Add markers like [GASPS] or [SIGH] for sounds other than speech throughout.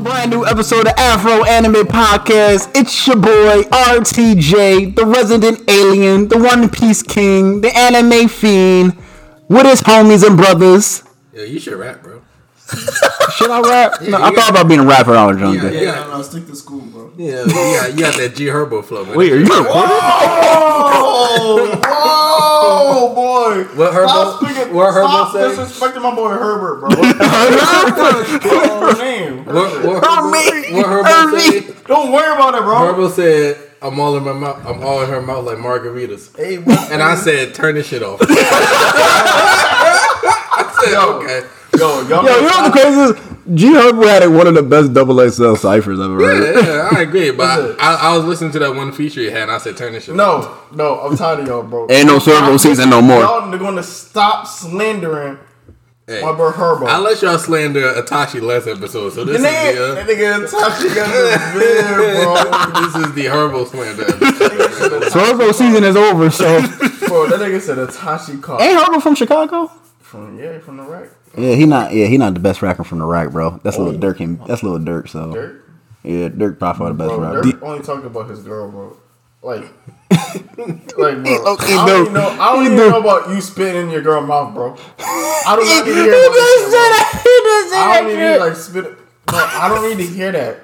brand new episode of Afro Anime Podcast. It's your boy RTJ, the resident alien, the One Piece King, the anime fiend, with his homies and brothers. Yeah, you should rap, bro. Should I rap? No, Yeah, I you thought got- about being a rapper when I was younger. Yeah, Yeah, yeah. no, no, stick to school, bro. Yeah, you got, you got that G Herbo flow. Man. Wait, are you recording? [LAUGHS] Oh, oh boy! What Herbo- Stop speaking, what Herbo stop say? disrespecting my boy Herbert, [LAUGHS] bro. oh, man. What, what, Hermie! Herbo, what Herbo said? Don't worry about it, bro. Herbo said, "I'm all in my mouth. I'm all in her mouth like margaritas." Hey, bro. And I said, "Turn this shit off." [LAUGHS] I said, "Okay." yo, y'all, Yo, you know what the craziest? G Herbo had one of the best double XL ciphers I've ever heard. Yeah, yeah, I agree, but I, I, I was listening to that one feature you had, and I said, "Turn this shit." off. no, no, I'm tired of y'all, bro. Ain't no Servo season no more. Y'all are gonna stop slandering Hey, my bro Herbo. I let y'all slander Atashi last episode, so this is And then- the uh, that nigga touched you guys [LAUGHS] this is the Herbo slander. [LAUGHS] episode. Servo season is over, [LAUGHS] so. Ain't bro. bro, that nigga said Atashi caught Herbo from Chicago? from yeah from the right. Yeah, he not. Yeah, he not the best rapper from the rack, bro. That's little Dirk. and- That's little Dirk. So Dirk. yeah, Dirk probably the best Bro, rapper. Dirk only talking about his girl, bro. Like, like, bro. okay, I no. don't even know. I don't He even do. know about you spitting in your girl mouth, bro. I don't need to hear about that shit, bro. I don't even like spit. No, I don't need to hear that.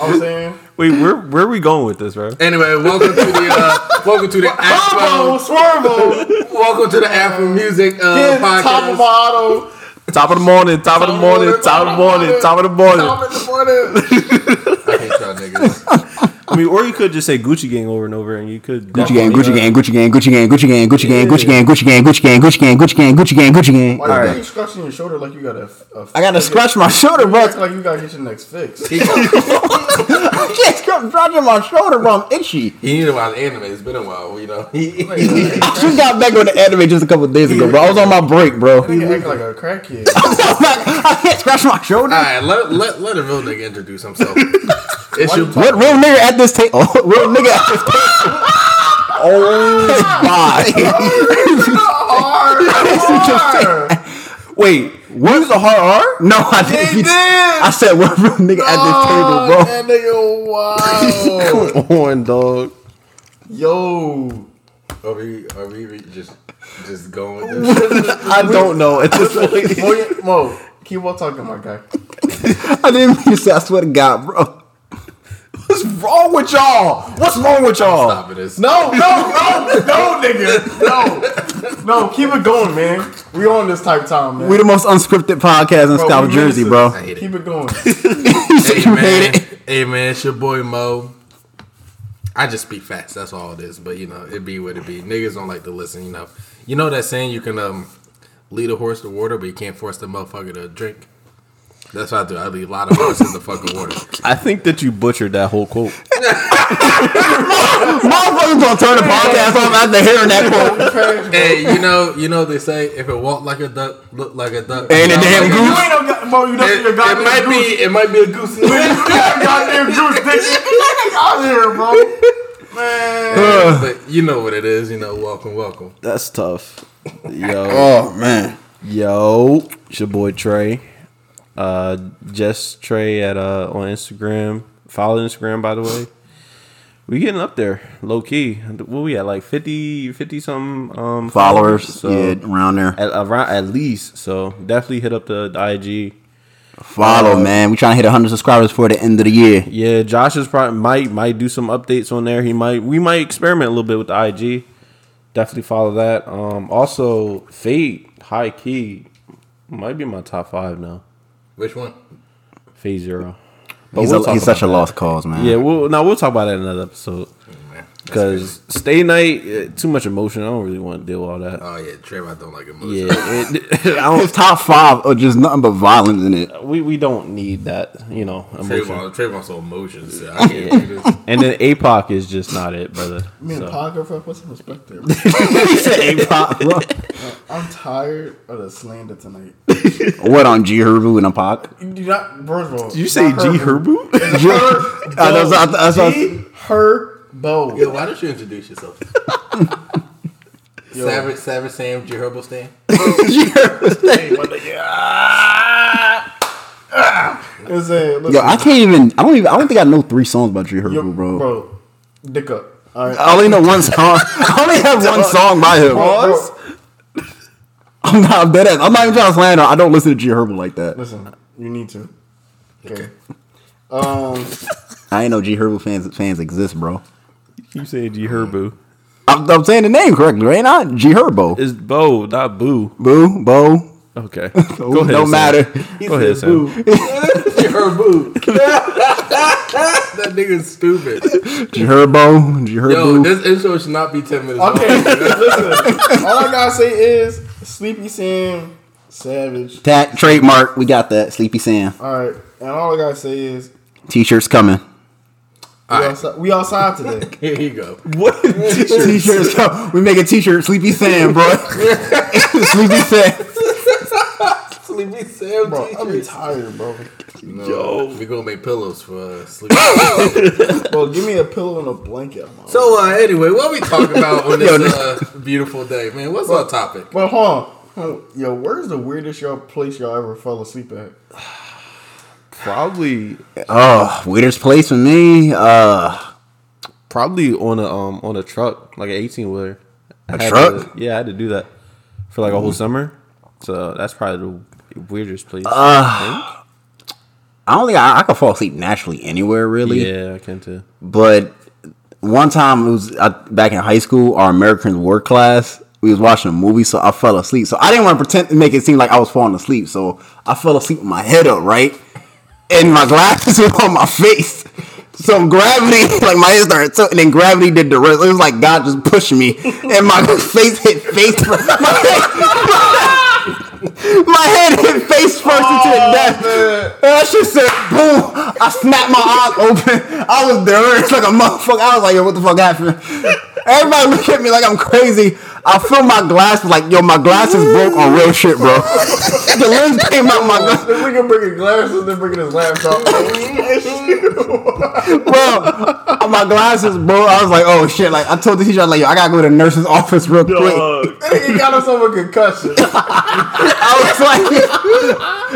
I'm saying. Wait, where where are we going with this, bro? Anyway, welcome to the uh, welcome to the Combo, Afro [LAUGHS] swervo, welcome to the Afro Music uh, his podcast. top of auto, Top of the morning, top of the morning, top of the morning, top of the morning. top of the morning. I hate y'all niggas. I mean, or you could just say Gucci Gang over and over, and you could uh, Gucci gang, Gucci gang, Gucci gang, Gucci gang, Gucci gang, Gucci gang, Gucci Yeah. gang, Gucci gang, Gucci gang, Gucci gang, Gucci gang, Gucci gang, Gucci gang. Why All are right, you scratching your shoulder like you got a? a I gotta scratch my shoulder, You bro. [LAUGHS] act like you gotta get your next fix. He, he I can't stop scratching my shoulder, bro. I'm itchy. knew about the anime. It's been a while, you know. He, I just got back on the anime just a couple days ago, bro. I was on my break, bro. [LAUGHS] You act like a crackhead. I can't scratch my all shoulder. right, let, let let a real nigga introduce himself. [LAUGHS] It's your What real nigga at this table? [LAUGHS] Real nigga at this table. Oh [LAUGHS] my! Hard, hard. [LAUGHS] Wait, where's the hard R? No, I didn't. He did. I said, "What real nigga Oh, at this table, That nigga, wow. [LAUGHS] Come on, dog. Yo. Are we are we re- just just going with [LAUGHS] this? I don't know at [LAUGHS] this point. Mo, Mo, keep on talking, my guy. bro?" I didn't mean to say. I swear to God, bro. What's wrong with y'all? What's wrong with y'all? Stop it! It's No, no, no, no, nigga. No. No, keep it going, man. We on this type of time, man. We the most unscripted podcast in Bro, South we Jersey, bro. minister. I hate it. Keep [LAUGHS] it going. You Hey man, made it. hey man, it's your boy Mo. I just speak facts. That's all it is. But you know, it be what it be. Niggas don't like to listen. You know, you know that saying you can um lead a horse to water, but you can't force the motherfucker to drink. That's what I do. I lead a lot of horses to fucking [LAUGHS] water. I think that you butchered that whole quote. Motherfuckers gonna turn the podcast off after hearing that quote. [LAUGHS] Trash, bro. Hey, you know, you know they say if it walked like a duck, looked like a duck, Ain't a sound damn like You goose. duck. ain't no go- Mo, you know It, your it goddamn might goose. be, it might be a goose. You got goddamn goose, nigga. Get out here, bro. Man. but you know what it is. You know, welcome, welcome. That's tough. Yo, Oh man, yo, it's your boy Trey. Uh, just Trey at uh on Instagram. Follow Instagram, by the way. We getting up there, low key. What we at like 50, 50 something um followers, so- yeah, uh, around there. at, around at least. So definitely hit up the, the IG. Follow, man. We trying to hit 100 subscribers for the end of the year. Yeah, Josh is probably might might do some updates on there. He might we might experiment a little bit with the IG. Definitely follow that. Um, also Fade High Key might be my top five now. Which one? Fade Zero. But He's, we'll a, talk he's such a about lost cause, man. that. [LAUGHS] Yeah, we'll now we'll talk about that in another Man, episode. that's crazy. Because stay night, eh, too much emotion. I don't really want to deal with all that. oh yeah, Trevor, I don't like emotion. yeah, it, [LAUGHS] I don't. His top five are just nothing but violence in it. We, we don't need that, you know, emotion. Trayvon, Trayvon's so emotions. so I can't do this. And then APOC is just not it, brother. Me and So- Pogger, what's the respect there? he said, hey, Pop, bro. I'm tired of the slander tonight. What on G Herbo and a Pac? You do not, first of all, You say G not Herbo. [LAUGHS] Herbo? Herbo. I know, I- I- I- G. Herbo. Yo, why don't you introduce yourself? Savage, Savage Sam, G Herbal Stan. Hey, my nigga. Ah! It's a, listen, Yo, I can't even. I don't even. I don't think I know three songs by Dre Herbo, bro. bro, dick up. All right. I only know one song. [LAUGHS] I only have one song by him. Bro, I'm not dead ass. I'm not even trying to slander. I don't listen to G Herbo like that. listen, you need to. Okay. Um, I ain't know G Herbo fans fans exist, bro. You saying G Herbo. I'm, I'm saying the name correctly, right? Not G Herbo. It's Bo, not Boo. Boo, Bo. Okay. Ooh, no Sam. matter. [LAUGHS] Go ahead, Sam. Her boo. [LAUGHS] that nigga's stupid. G Herbo. G Yo, Herbo. this intro should not be ten minutes. long. [LAUGHS] okay, listen. All I gotta say is Sleepy Sam, Savage. Tat trademark. We got that. Sleepy Sam. All right, and all I gotta say is T-shirts coming. we, outside, we outside today. [LAUGHS] Here you go. T-shirts coming. We make a T-shirt. Sleepy Sam, bro. [LAUGHS] Sleepy Sam. Sleepy Sam Bro, I'm teachers. tired, bro. Yo, we gonna make pillows for uh, [LAUGHS] sleep. Bro, give me a pillow and a blanket. Man. so uh, anyway, what we talking about on this uh, beautiful day, man? What's our topic? But hold on. Hold on. Yo, where's the weirdest y'all place y'all ever fell asleep at? Probably Oh, waiter's place for me. Uh, probably on a um on a truck, like an eighteen wheeler. A truck? yeah, I had to do that for like a whole summer. So that's probably the weirdest place. I I don't think I, I could fall asleep naturally anywhere, think. really. Yeah, I can too. But one time it was uh, back in high school, our American War class. We was watching a movie, so I fell asleep. So I didn't want to pretend to make it seem like I was falling asleep. So I fell asleep with my head up, right, and my glasses [LAUGHS] were on my face. So gravity, [LAUGHS] like my head started tilting, and gravity did the rest. It was like God just pushed me, and my [LAUGHS] face hit face. fir- My head, [LAUGHS] my head hit face first into the desk. And that shit said, boom! I snapped my eyes open. I was delirious like a motherfucker. I was like, yo, what the fuck happened? Everybody look at me like I'm crazy. I feel my glasses like, yo, my glasses broke on real shit, bro. [LAUGHS] the lens came out my glasses. This nigga bringing glasses, then bringing his [LAUGHS] laptop. bro, my glasses, bro. I was like, oh shit. Like I told the teacher, I was like, yo, I gotta go to the nurse's office real quick. he got himself a concussion. I was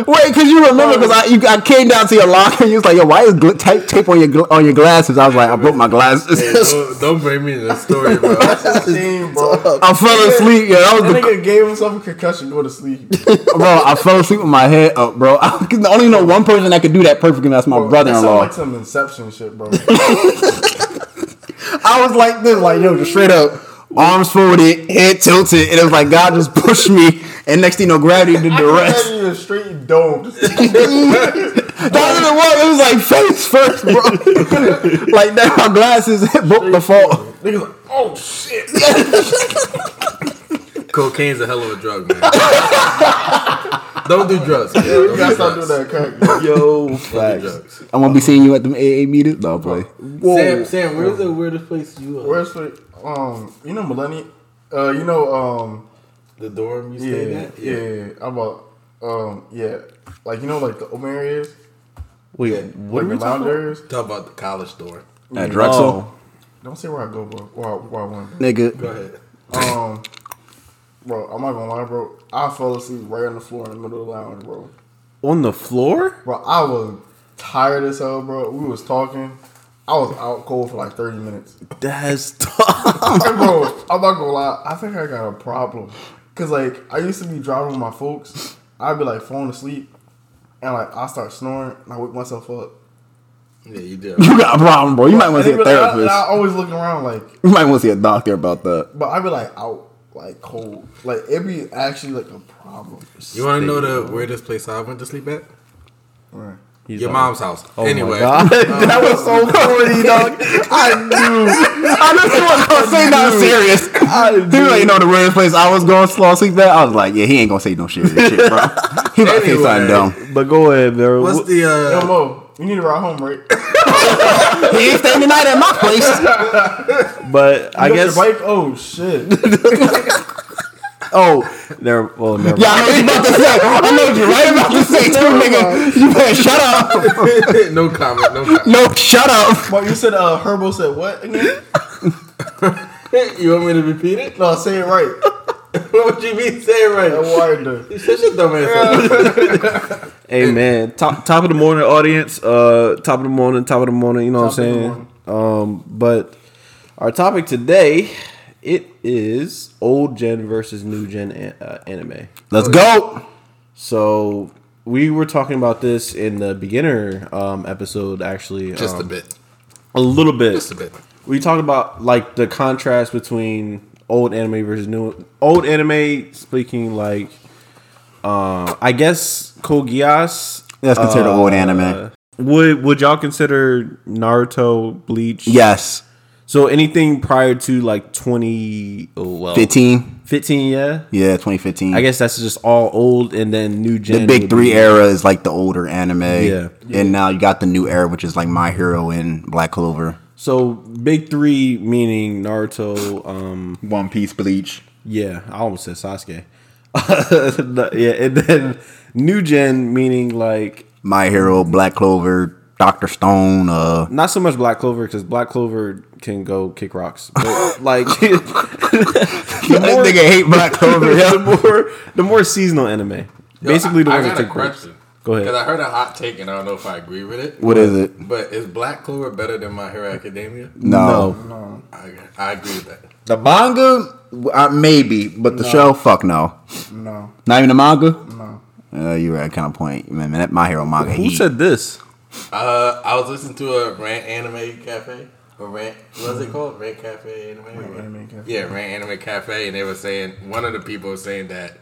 like, [LAUGHS] wait, cause you remember? Cause I, you, I came down to your locker. and You was like, yo, why is gl- tape, tape on your gl- on your glasses? I was like, I broke my Hey, glasses. don't, don't bring me in the story, bro. Damn, bro. [LAUGHS] I fell asleep. Yeah, that was That the, nigga gave himself a concussion going to sleep. bro. I fell asleep with my head up, bro. [LAUGHS] I can- only know one person that could do that perfectly. and That's my That brother-in-law. sound like some Inception shit, bro. I was like this, like yo, just straight up, arms folded, head tilted, and it was like God just [LAUGHS] pushed me. And next thing you know, gravity did the rest. Imagine a straight dome. That even what it was like face first, bro. [LAUGHS] like that, my glasses [LAUGHS] broke the fall. Niggas like, oh shit. [LAUGHS] Cocaine's a hell of a drug, man. [LAUGHS] don't do drugs. Man. You Don't gotta do stop doing drugs. that crack. Yo, Don't do drugs. I'm gonna be seeing you at them AA meetings. No play. Sam, Sam, where's the weirdest place you? Uh, Where's the, um, you know, Millennium? Uh, you know, um, the dorm you stayed yeah, at? yeah, I'm about, um, yeah. Like, you know, like the open areas? Wait, Like what are the we lounge talking about? areas? Talk about the college dorm. At Drexel, Don't say where I go, bro. Where I, where I went. Go nigga. ahead. Um, bro, I'm not gonna lie, bro. I fell asleep right on the floor in the middle of the lounge, bro. Oh, on the floor? Bro, I was tired as hell, bro. We was talking. I was out cold for like [LAUGHS] 30 minutes. That's [LAUGHS] tough. Like, bro, I'm not gonna lie. I think I got a problem. Cause like I used to be driving with my folks. I'd be like falling asleep, and like I start snoring, and I wake myself up. Yeah, you did. [LAUGHS] You got a problem, bro. You might And want to they see be a like, I, and therapist. I always looking around like, You might want to see a doctor about that. but I'd be like out like cold. Like it be actually like a problem. You want to know the weirdest place I went to sleep at? Right. He's Your like, mom's house. Oh anyway, [LAUGHS] my god. That was so [LAUGHS] corny, dog. I knew. [LAUGHS] I knew you was gonna say nothing serious. He like, you know the weirdest place I was going to sleep at. I was like, yeah, he ain't gonna say no serious shit, bro. He about to say something Anyway. dumb. but go ahead, bro. what's What- the Yo, uh, Mo, you need to ride home, right? He ain't staying the night at my place. but I You got [COUGHS] guess. your bike. Oh shit! Oh, there. Well, never. Yeah, I know what you about to say. I know what you right about to [LAUGHS] say too, nigga. You better shut up. no comment, no comment. No, shut up. but you said uh, Herbo said what again? [LAUGHS] you want me to repeat it? No, say it right. what would you be saying right? That wider. Shut your dumb ass up. Hey man, top top of the morning audience. Uh, top of the morning, top of the morning. You know Top what of the I'm saying? Um, but our topic today it is old gen versus new gen an- uh, anime. Let's go. So we were talking about this in the beginner um, episode, actually, Just a um, bit. a little bit. Just a bit. We talked about like the contrast between old anime versus new old anime. Speaking like, uh, I guess Kogias That's considered Uh, old anime. would would y'all consider Naruto Bleach? Yes, So anything prior to like twenty oh well fifteen. 15, yeah. Yeah, twenty fifteen. I guess that's just all old and then new gen. the big would three be- era is like the older anime. Yeah. and now you got the new era, which is like My Hero and Black Clover, So big three meaning Naruto, um One Piece, Bleach. yeah, I almost said Sasuke. [LAUGHS] No, yeah, and then new gen meaning like My Hero, Black Clover, Doctor Stone. [LAUGHS] Uh, not so much Black Clover because Black Clover can go kick rocks, [LAUGHS] but like [LAUGHS] this more- nigga hate Black [LAUGHS] Clover. the yo. more the more seasonal anime. Basically, the I, ones I got that a take breaks. question. Go ahead. Because I heard a hot take and I don't know if I agree with it. What is it? But is Black Clover better than My Hero Academia? No. Um, I, I agree with that. the manga, uh, maybe, but the show, fuck no. No. Not even the manga. No. Uh, you were at kind of point. Man, that My Hero manga. Who heat. said this? Uh, I was listening to a Rant Anime Cafe. Or Rant, what's it called? Rant Cafe Anime? Rant Anime Cafe. Yeah, Rant Anime Cafe. And they were saying, one of the people was saying that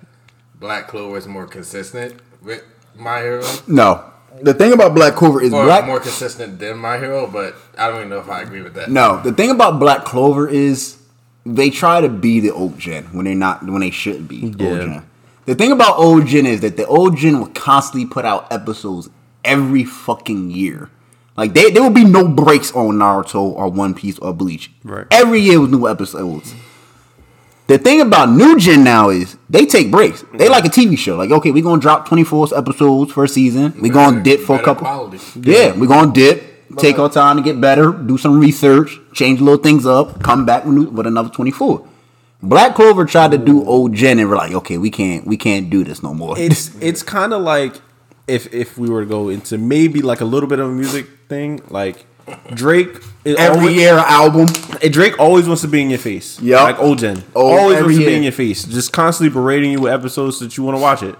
Black Clover is more consistent with My Hero. No. The thing about Black Clover is Or Black. more consistent than My Hero, but I don't even know if I agree with that. no, the thing about Black Clover is they try to be the old gen when they're not when they shouldn't be Yeah. old gen. The thing about old gen is that the old gen will constantly put out episodes every fucking year. Like they, there will be no breaks on Naruto or One Piece or Bleach. Right. Every year with new episodes. The thing about new gen now is they take breaks. They like a TV show. Like, okay, we're gonna drop twenty four episodes for a season. We're gonna Better- dip for a better couple. quality. Yeah, we're gonna dip, take our time to get better, do some research, change little things up, come back with, new- with another twenty four. Black Clover tried to do old gen, and we're like, okay, we can't, we can't do this no more. It's it's kind of like if if we were to go into maybe like a little bit of a music thing, like Drake. it [LAUGHS] Every always- year, album. And Drake always wants to be in your face. Yup. Like old gen. Oh, always every wants to be year. in your face. Just constantly berating you with episodes that you want to watch it.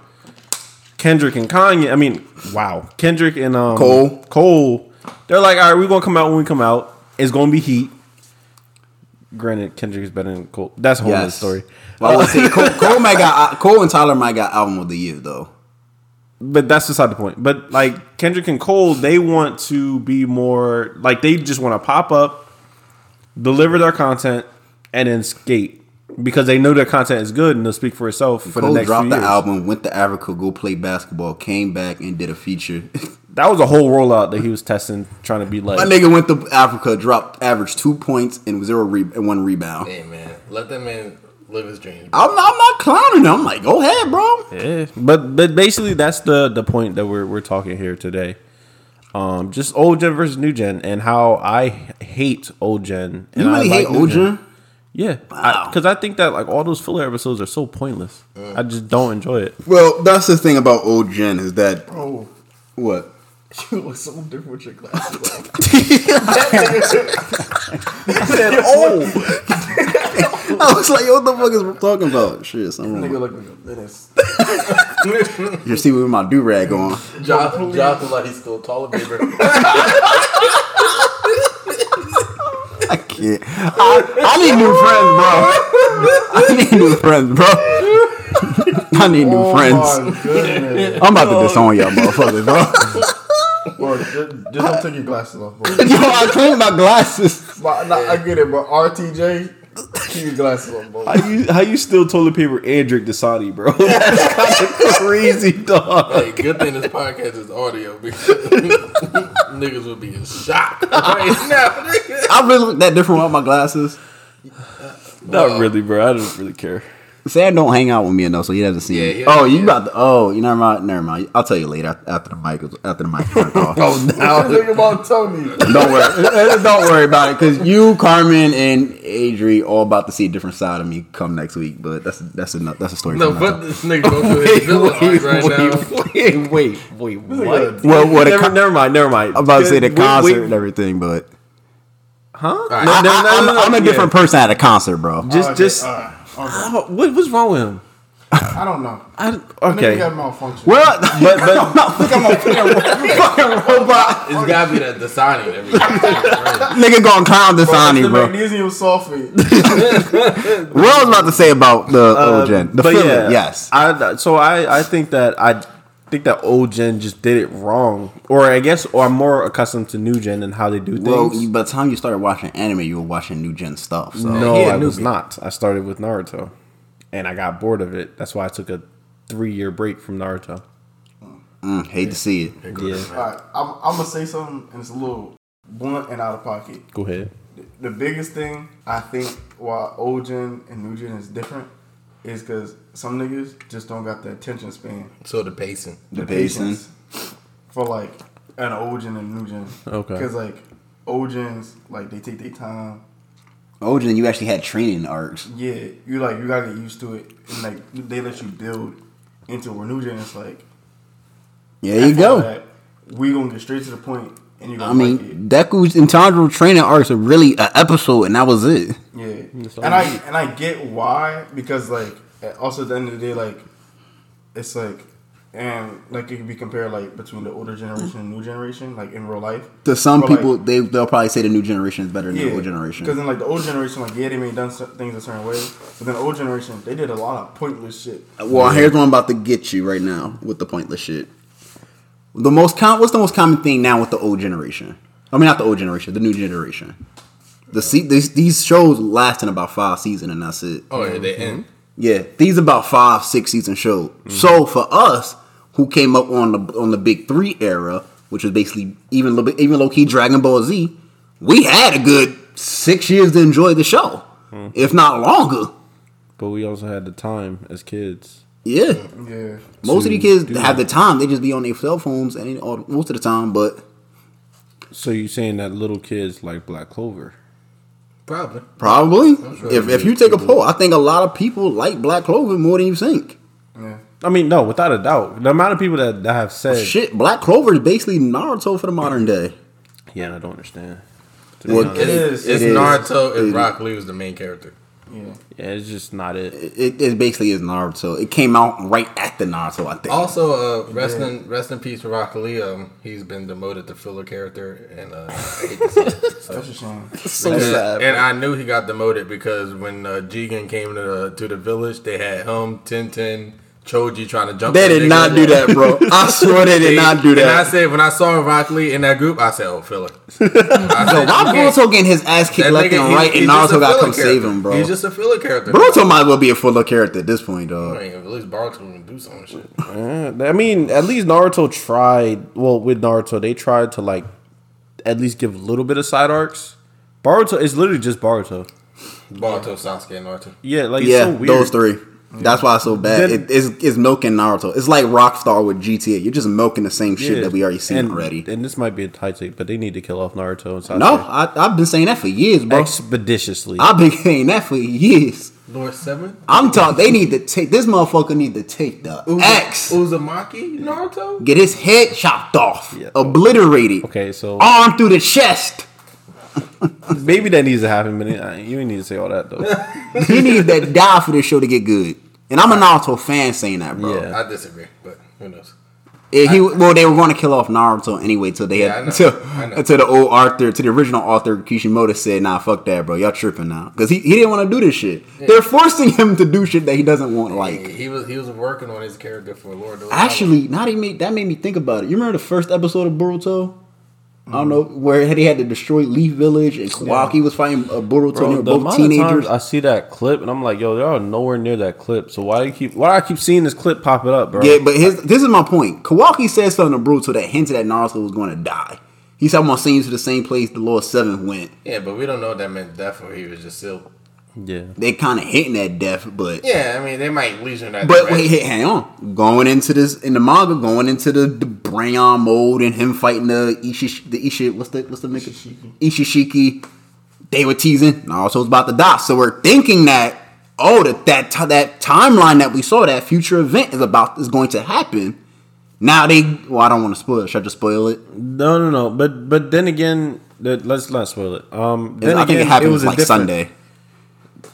Kendrick and Kanye, I mean, wow. Kendrick and um, Cole. Cole, they're like, all right, we're going to come out when we come out. It's going to be heat. Granted, Kendrick is better than Cole. That's a whole other Yes. story. Well, I Uh, would say [LAUGHS] Cole, Cole might got uh, Cole and Tyler might got album of the year though. But that's beside the point. But like Kendrick and Cole, they want to be more like they just want to pop up, deliver their content, and then skate because they know their content is good and they'll speak for itself for Cole the next dropped few the years. album, went to Africa, go play basketball, came back and did a feature. [LAUGHS] That was a whole rollout that he was testing, trying to be My like. nigga went to Africa, dropped average two points and zero re- and one rebound. Hey, man. Let that man live his dreams. I'm, I'm not clowning him. I'm like, go ahead, bro. eh. But but basically, that's the the point that we're we're talking here today. Um, just old gen versus new gen, and how I hate old gen. And You really I hate new old gen? Yeah, Wow. because I, think that like all those filler episodes are so pointless. I just don't enjoy it. Well, that's the thing about old gen is that Bro, [LAUGHS] what? [LAUGHS] you look so different with your glasses. on. I was like, yo, what the fuck is we talking about? Shit, something Nigga wrong. look like a menace. You see with my do rag on. Jonathan, Jonathan like he's still taller than Abraham. I can't. I, I need new friends, bro. I need new friends, bro. I need new Oh friends. my goodness. [LAUGHS] I'm about to disown y'all, motherfuckers, [LAUGHS] bro. Bro, just, just don't take your glasses off, bro. yo, I cleaned my glasses. But, nah, I get it, bro. RTJ, keep your glasses on, bro. How you, how you still toilet paper and drink Dasani, bro? [LAUGHS] That's kind of crazy, dog. Hey, good thing this podcast is audio because [LAUGHS] niggas would be in shock [LAUGHS] right now. I really look that different without my glasses. Not really, bro. I don't really care. Sam don't hang out with me enough, so he doesn't see Yeah, me. he oh, you doesn't- about to? Oh, you never mind. Never mind. I'll tell you later after the mic is- after the mic turned off. oh Think about Tony. Don't [LAUGHS] worry. Don't worry about it because you, Carmen, and Adri all about to see a different side of me come next week. But that's that's enough. That's a story. No, for another but time. this [LAUGHS] nigga go through [LAUGHS] his villain arc right now. wait, wait, wait, what? Well, what a never, con- never mind, never mind. I'm about to say the Wait, concert wait, and everything, but All huh? right. I, am no, no, a yeah. different person at a concert, bro. [LAUGHS] Just, Okay, just. all right. Okay. Oh, what, what's wrong with him? I don't know. I, Okay. okay, got malfunction. Well, [LAUGHS] [LAUGHS] but but It's gotta be the, the signing and everything. nigga going clown this But on it's you, the bro. magnesium sulfate. What I was about to say about the old gen, the but feeling, yeah, yes. I so I I think that I think that old gen just did it wrong, or I guess or I'm more accustomed to new gen and how they do things. Well, you- by the time you started watching anime, you were watching new gen stuff. So No, Yeah, I was newbie. not. I started with Naruto, and I got bored of it. That's why I took a three year break from Naruto. mm, hate to see it. Yeah, All right, I'm, I'm gonna say something, and it's a little blunt and out of pocket. go ahead. The biggest thing I think why old gen and new gen is different is because some niggas just don't got the attention span, [LAUGHS] So the pacing. The pacing. patience for like an old gen and new gen. Okay. because like old gens like they take their time. Old gen, you actually had training arcs. Yeah, you like you gotta get used to it, and like they let you build into where new gen is like. There you after go. that, we gonna get straight to the point, and you gonna I like it. mean, Deku's and Tanjiro's training arcs are really an episode, and that was it. Yeah, That's all and you I need. and I get why because like at- also at the end of the day like it's like and like it can be compared like between the older generation and new generation like in real life To some But, like, people, they they'll probably say the new generation is better than the old generation. because then like the old generation like yeah they may have done cer- things a certain way but then the old generation they did a lot of pointless shit Well, here's what I'm about to get you right now with the pointless shit. The most com- what's the most common thing now with the old generation? I mean, not the old generation, the new generation. The se- these, these shows lasting about five seasons and that's it. Oh, yeah, they end. Yeah, these about five six season shows. So for us who came up on the on the big three era, which was basically even little bit even low key Dragon Ball Z, we had a good six years to enjoy the show, if not longer. But we also had the time as kids. Yeah. yeah Most of to the kids do have that. the time. They just be on their cell phones and all, most of the time. But So you saying that little kids like Black Clover? Probably. probably, sure if they if you take a poll, I think a lot of people like Black Clover more than you think. yeah I mean, no, without a doubt. The amount of people that, that have said, Oh, Shit, Black Clover is basically Naruto for the modern day. yeah, and I don't understand. To be Well, honest. It is. It It's is. Naruto It and is. Rock Lee was the main character. yeah yeah, it's just not it. It, it basically is Naruto. It came out right after Naruto. I think. Also, uh, Mm-hmm. rest in rest in peace to Rock Lee. Um, he's been demoted to filler character, and uh, I hate to say [LAUGHS] it. that's a shame so and, and I knew he got demoted because when uh, Jigen came to the, to the village, they had him, Tintin, Choji trying to jump. They that did nigga. not do that, [LAUGHS] bro. I swear they did not do And I that. said when I saw Rock Lee in that group, I said, [LAUGHS] "Oh, filler." I said, "You Why can't- Boruto getting his ass kicked that left nigga, and he- right, he's and just a Naruto got to filler come save character. him, bro. He's just a filler character. Boruto might as well be a full character at this point, I dog. mean, at least Boruto can do some shit. Uh, I mean, at least Naruto tried. Well, with Naruto, they tried to like at least give a little bit of side arcs. Boruto is literally just Boruto. Boruto, Sasuke, and Naruto. Yeah, like yeah, it's so weird. those three. That's why it's so bad. Then- it, it's, it's milking Naruto. It's like Rockstar with GTA. You're just milking the same shit Yeah, that we already seen and, already. And this might be a tight take, but they need to kill off Naruto and Sasuke. no, I, I've been saying that for years, bro. expeditiously. I've been [LAUGHS] saying that for years. Lord Seven, I'm talking. They need to take this motherfucker. Need to take the axe, Uzumaki, Naruto. get his head chopped off, Yeah. obliterated, okay, so arm through the chest. maybe that needs to happen, but uh, you ain't need to say all [LAUGHS] that though. he needs that [LAUGHS] die for this show to get good. And I'm a Naruto fan saying that, bro. Yeah. I disagree, but who knows? Yeah, he well, they were going to kill off Naruto anyway till they Yeah, I had [LAUGHS] know. till, I know. until the old Arthur, to the original author Kishimoto said, "Nah, fuck that, bro. Y'all tripping now." Because he, he didn't want to do this shit. They're forcing him to do shit that he doesn't want. Like, he was he was working on his character for Lord. knows how actually, not even made, that made me think about it. You remember the first episode of Boruto? I don't know where he had to destroy Leaf Village and Kawaki was fighting uh, Boruto. Bro, and they were the both amount of teenagers. times I see that clip and I'm like, yo, they are nowhere near that clip. So why do you keep why do I keep seeing this clip popping up, bro? Yeah, but his, this is my point. Kawaki said something to Brutal that hinted that Naruto was going to die. He said, I'm going to send you to the same place the Lord Seven went. long. Yeah, but we don't know if that meant death or he was just still Yeah. They kind of hitting that death, but Yeah, I mean they might lesion that. But direction. wait, hey, hang on. Going into this in the manga, going into the, the Brayon mode and him fighting the Ishish, the Ishi, what's the what's the nigga? Ishishiki. They were teasing. Naruto's about to die, so we're thinking that oh that that ti- that timeline that we saw that future event is about is going to happen. Now they well, I don't want to spoil it. Should I just spoil it? No, no, no. But but then again, that, let's not spoil it. Um, then I again, think it happened was a like different- Sunday.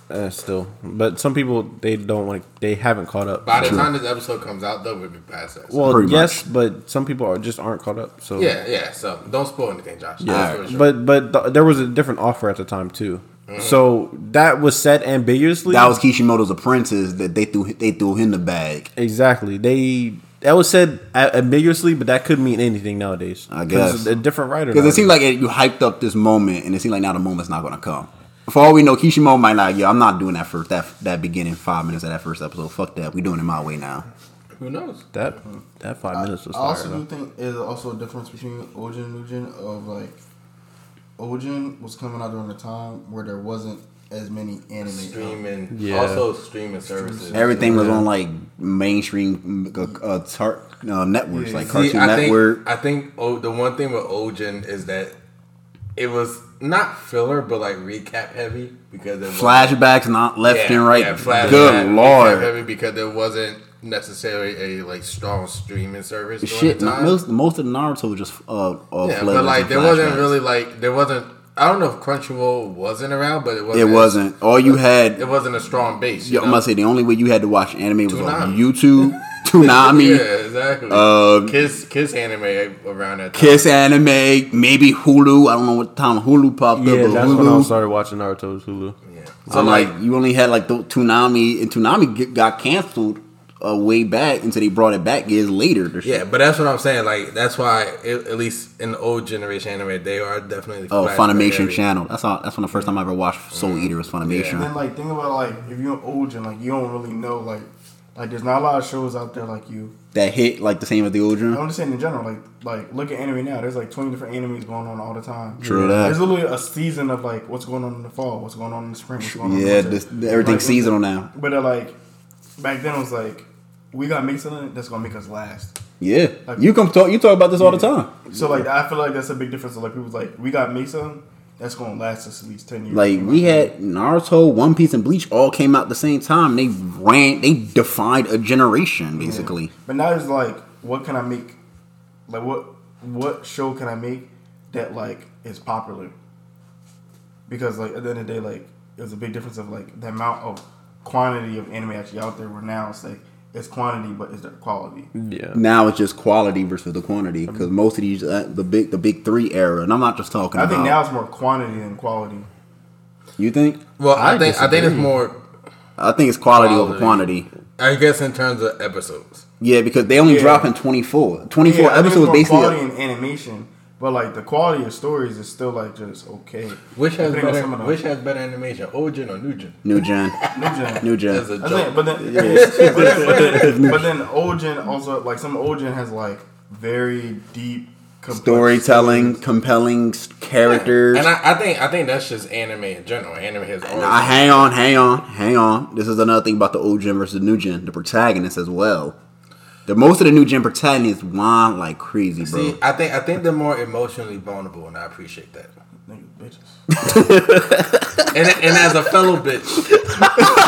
Uh, still, but some people they don't want. to They haven't caught up. by the time this episode comes out, though, we'll be past that. So. well, Pretty yes, but some people are just aren't caught up. So yeah, yeah. So don't spoil anything, Josh. Yeah. That's for sure. But but th- there was a different offer at the time too. Mm-hmm. So that was said ambiguously. That was Kishimoto's apprentice that they threw they threw him the bag. exactly they. That was said a- ambiguously, but that could mean anything nowadays. I 'Cause guess. it's a different writer. Because it nowadays. seems like it, you hyped up this moment, and it seems like now the moment's not gonna come. For all we know, Kishimoto might not. Yeah, I'm not doing that first. That that beginning five minutes of that first episode. Fuck that. We doing it my way now. who knows? that that five minutes was I fire. also do think there's also a difference between Ojin and Ujin of like Ojin was coming out during a time where there wasn't as many anime. out. Streaming, Yeah. also streaming services. Everything was on like mainstream uh, uh, tar- uh, networks, like Cartoon I Network. Think, I think oh, the one thing with Ojin is that it was not filler, but like recap heavy because it was- flashbacks, not left and right. flashback, Good recap lord. heavy because there wasn't necessarily a like strong streaming service. during Shit, the not, time. most most of the Naruto was just uh, uh yeah, flavors but and like there wasn't flashbacks. really like there wasn't. I don't know if Crunchyroll wasn't around, but it It wasn't. wasn't. All you had It wasn't a strong base. Yo, I must say the only way you had to watch anime was on Toonami. YouTube, [LAUGHS] Toonami, yeah, exactly. Um, kiss, kiss anime around that. Time. Kiss Anime, maybe Hulu. I don't know what time Hulu popped yeah, up, but that's when I Hulu. started watching Naruto's Hulu. Yeah. So I'm like, like, you only had like the Toonami, and Toonami get, got canceled uh, way back until they brought it back years later. There's- yeah, but that's what I'm saying. Like, that's why, at at least in the old generation anime, they are definitely. Oh, flashback Funimation heavy. Channel. That's all. That's when the first time I ever Mm. watched Soul Eater was Funimation. And then like think about like if you're Ojin, like you don't really know like like there's not a lot of shows out there like you. That hit like the same as the old I'm one. just saying in general, like like look at anime now. There's like 20 different animes going on all the time. True that. There's literally a season of like what's going on in the fall, what's going on in the spring, what's going on. Yeah, in the this, winter. everything's Like, seasonal now. But uh, like back then it was like we gotta make something that's gonna make us last. Yeah, Like- you come talk. You talk about this all the time. So like I feel like that's a big difference. So, like people's like we gotta make something that's gonna last us at least ten years. Like we had Naruto, One Piece, and Bleach all came out at the same time. They ran, they defined a Mm-hmm. generation basically. But now it's like what can I make? Like what what show can I make that like is popular? Because like at the end of the day, like there's a big difference of like the amount of quantity of anime actually out there. Where now it's like it's quantity, but is there quality? Yeah, Now it's just quality versus the quantity because most of these uh, the big the big three era, and I'm not just talking. I think now about, it's more quantity than quality. you think Well, I, I think I think it's disagree. more. I think it's quality, over Quality. quantity. I guess in terms of episodes. Yeah, because they only Yeah. drop in 24. 24 I think it's episodes more basically. quality in animation, but like the quality of stories is still like just okay. Which has Depending on better? some of the- Which has better animation, Ojin or Nujin? New gen, New Gen. new That's a gen. I think, but joke. then, but [LAUGHS] then, but then Ogen also like some Ogen has like very deep complex Storytelling, stories. compelling s- characters. And I, I think I think that's just anime in general. Anime has always. Now, hang on, hang on, hang on. This is another thing about the old gen versus the new gen. The protagonist as well. The most of the new gen protagonists whine like crazy, bro. See, I think I think they're more emotionally vulnerable, and I appreciate that. Nigga, bitches. And and as a fellow bitch,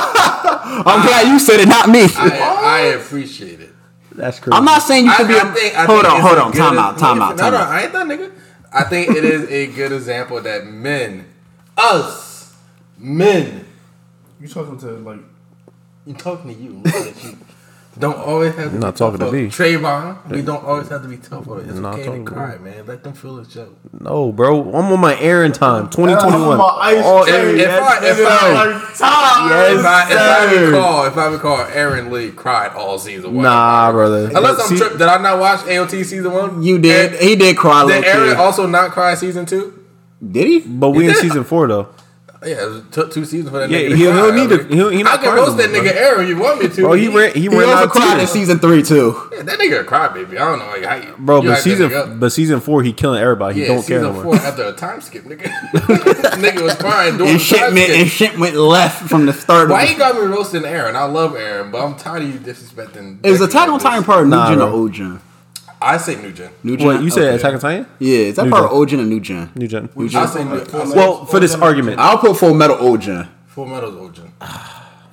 I'm glad you said it, not me. I, I appreciate it. that's crazy. I'm not saying you I, should be. I think, I hold think on, it's hold a on. good Time ex- out, time no, out, no, time no, out. I ain't that nigga. I think it is a good example that men, us, men, You talking to like I'm talking to you, looking at you, don't always have. To I'm not be talking to tough. me. Trayvon. We don't always have to be tough. on it. It's I'm not okay to talking to cry, man. Let them feel the joke. No, bro, I'm on my errand time. 2021. I'm on my ice All cream. errand- If I- if I- Like, time. if, I, if I sir. recall, if I recall, Aaron Lee cried all season one. Nah, brother. Unless I'm See- tripped. Did I not watch AOT season one? You And- did. Oh, He did cry a little Did Aaron kid. also not cry season two? Did he? But we in season four though. Yeah, it took two seasons for that. Yeah, nigga to he- he'll cry. need to- he'll- he I not can cry roast no that more, nigga Aaron if you want me to. Bro, but Oh, he ran. He, He ran also out of cried in tears. season three too. Yeah, that nigga a crybaby. I don't know like, how you, Bro, you but hype that season nigga up. but season four, he killing everybody. He yeah, don't care season no four more. after a time skip, nigga. [LAUGHS] [LAUGHS] nigga was crying during And the shit time went and skip. shit went left from the start. Why you It got me roasting Aaron? I love Aaron, but I'm tired of you disrespecting. was Becky Attack on like this. Titan part of New Nah, Gen or bro. Old Gen? I say New Gen. New Gen. Wait, you said Okay. Attack on Titan? Yeah, is that New part Gen. of Old Gen or New Gen? New Gen. I say New. I say Well, for this argument, I'll put Full Metal Old Gen. Full Metal's old gen.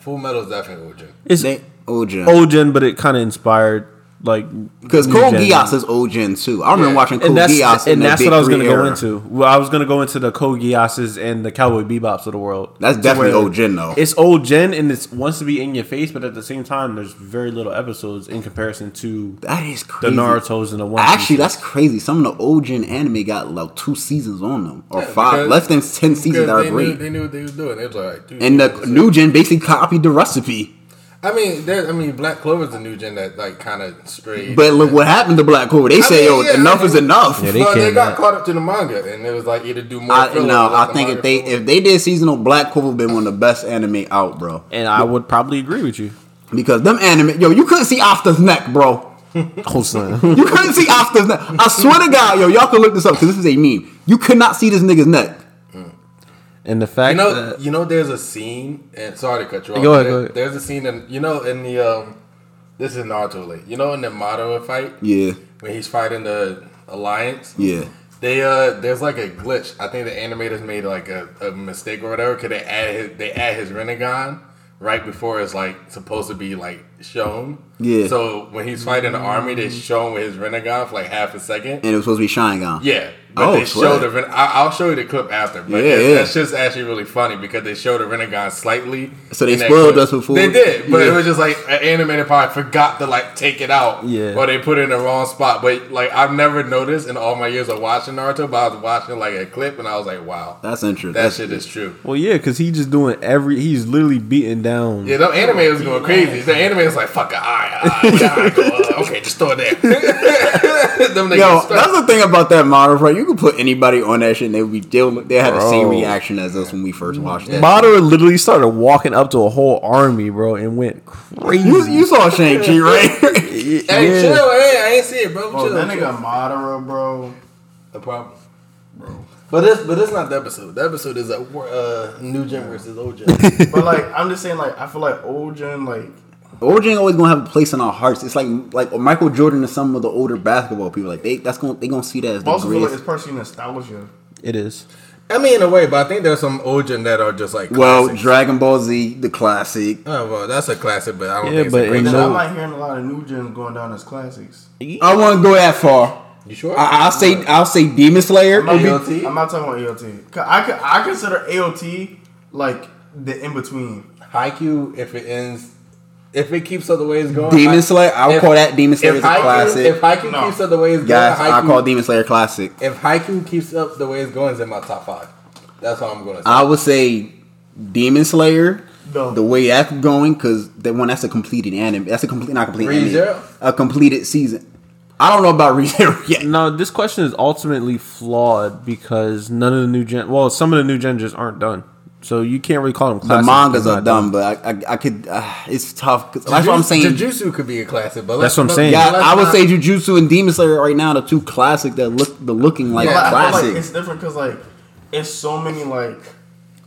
Full Metal's definitely old gen. it's They Old Gen. old gen, but it kind of inspired like Because new Cole gen. Geass is old gen too. I remember Yeah. watching Cole and that's Geass in and the that's Big what I was Three gonna go era. into. Well, I was gonna go into the Code Geasses and the Cowboy Bebops of the world. That's To definitely where old gen, though. It's old gen and it wants to be in your face, but at the same time, there's very little episodes in comparison to That is the crazy. Naruto's and the One. Actually, Pieces. that's crazy. Some of the old gen anime got like two seasons on them, or Yeah, five, because- less than ten seasons Because that are they, knew, great. they knew what they was doing. They was like, dude. And the this is- new gen basically copied the recipe. I mean, there. I mean, Black Clover's the new gen that like kind of strayed. But look what happened to Black Clover. They say, "Yo, mean, yeah, enough I mean- is enough." Yeah, they, they no, they came got back. caught up to the manga, and it was like either do more. I, filler no, or let I the think manga if they filler. if they did season on Black Clover, been one of the best anime out, bro. and I would probably agree with you. Because them anime, yo, you couldn't see Afta's neck, bro. Oh, son. You couldn't see Afta's neck. I swear to God, yo, y'all can look this up because this is a meme. You could not see this nigga's neck. [LAUGHS] and the fact You know, that you know, there's a scene, and sorry to cut you off. Go ahead, there- go ahead. There's a scene, in you know, in the um, this is Naruto late. You know, in the Madara fight, Yeah, when he's fighting the Alliance, yeah. They uh, there's like a glitch. I think the animators made like a, a mistake or whatever. Cause they add his, they add his Renegon right before it's like supposed to be like shown. Yeah. So when he's fighting the army, they shown with his Renegon for like half a second. And it was supposed to be Sharingan. Yeah. But Oh, they showed sweet. the Ren- I, I'll show you the clip after. But Yeah, yeah, yeah. that's just actually really funny because they showed the Renegon slightly. So they in that spoiled clip. us before- They did, but Yeah. it was just like an animated part forgot to like take it out. Yeah. Or they put it in the wrong spot. But like I've never noticed in all my years of watching Naruto, but I was watching like a clip and I was like, wow, That's interesting. that shit is true. well, yeah, because he's just doing every. He's literally beating down. Yeah, the anime is going crazy. The anime is like, fuck it, all right, all right, all right, go, uh, okay, just throw it there. [LAUGHS] Them niggas Yo, stuck. that's the thing about that model, bro. You could put anybody on that shit, and they would be they'll, they had the same Bro. reaction as us when we first watched that. Madara literally started walking up to a whole army, bro, and went crazy. you, you saw Shang Chi, right? Hey, Yeah. chill, hey, I ain't see it, bro. Bro, chill, Oh, that chill. nigga Madara, bro. the problem. But this, but it's not the episode. The episode is a uh, new gen versus old gen. But like, I'm just saying, like, I feel like old gen, like, OJ always gonna have a place in our hearts. It's like like Michael Jordan and some of the older basketball people. Like they that's gonna they gonna see that as I the also feel like greatest. it's partially nostalgia. It is. I mean, in a way, but I think there's some old gen that are just like Well, classics. Dragon Ball Z, the classic. Oh, well, that's a classic, but I don't Yeah, think it's but a great in And No. I'm not hearing a lot of new gens going down as classics. I won't go that far. You sure? I, I'll say I'll say Demon Slayer. I'm not, AOT? I'm not talking about AOT. 'Cause I, co- I consider AOT like the in between. Haikyuu, if it ends, if it keeps up the way it's going, Demon I- Slayer. I would if- call that Demon Slayer If is a Haikyuu, classic. if Haikyuu No. keeps up the way it's Guys, going, I Haikyuu- call Demon Slayer classic. If Haikyuu keeps up the way it's going, it's in my top five. That's all I'm gonna say. I would say Demon Slayer. No. The way that's going, because that one that's a completed anime. That's a complete, not complete anime. Re:Zero? A completed season. I don't know about [LAUGHS] ReZero yet. Now, this question is ultimately flawed because none of the new gen, well, some of the new gen just aren't done. So you can't really call them The classics. mangas They're are not dumb, but I, I, I could. Uh, it's tough. 'cause that's what I'm saying. Jujutsu could be a classic, but let's- That's what I'm but saying. yeah, let's I would not- say Jujutsu and Demon Slayer right now the two classic that look the looking like Yeah, But I feel classic. like it's different because like it's so [LAUGHS] many like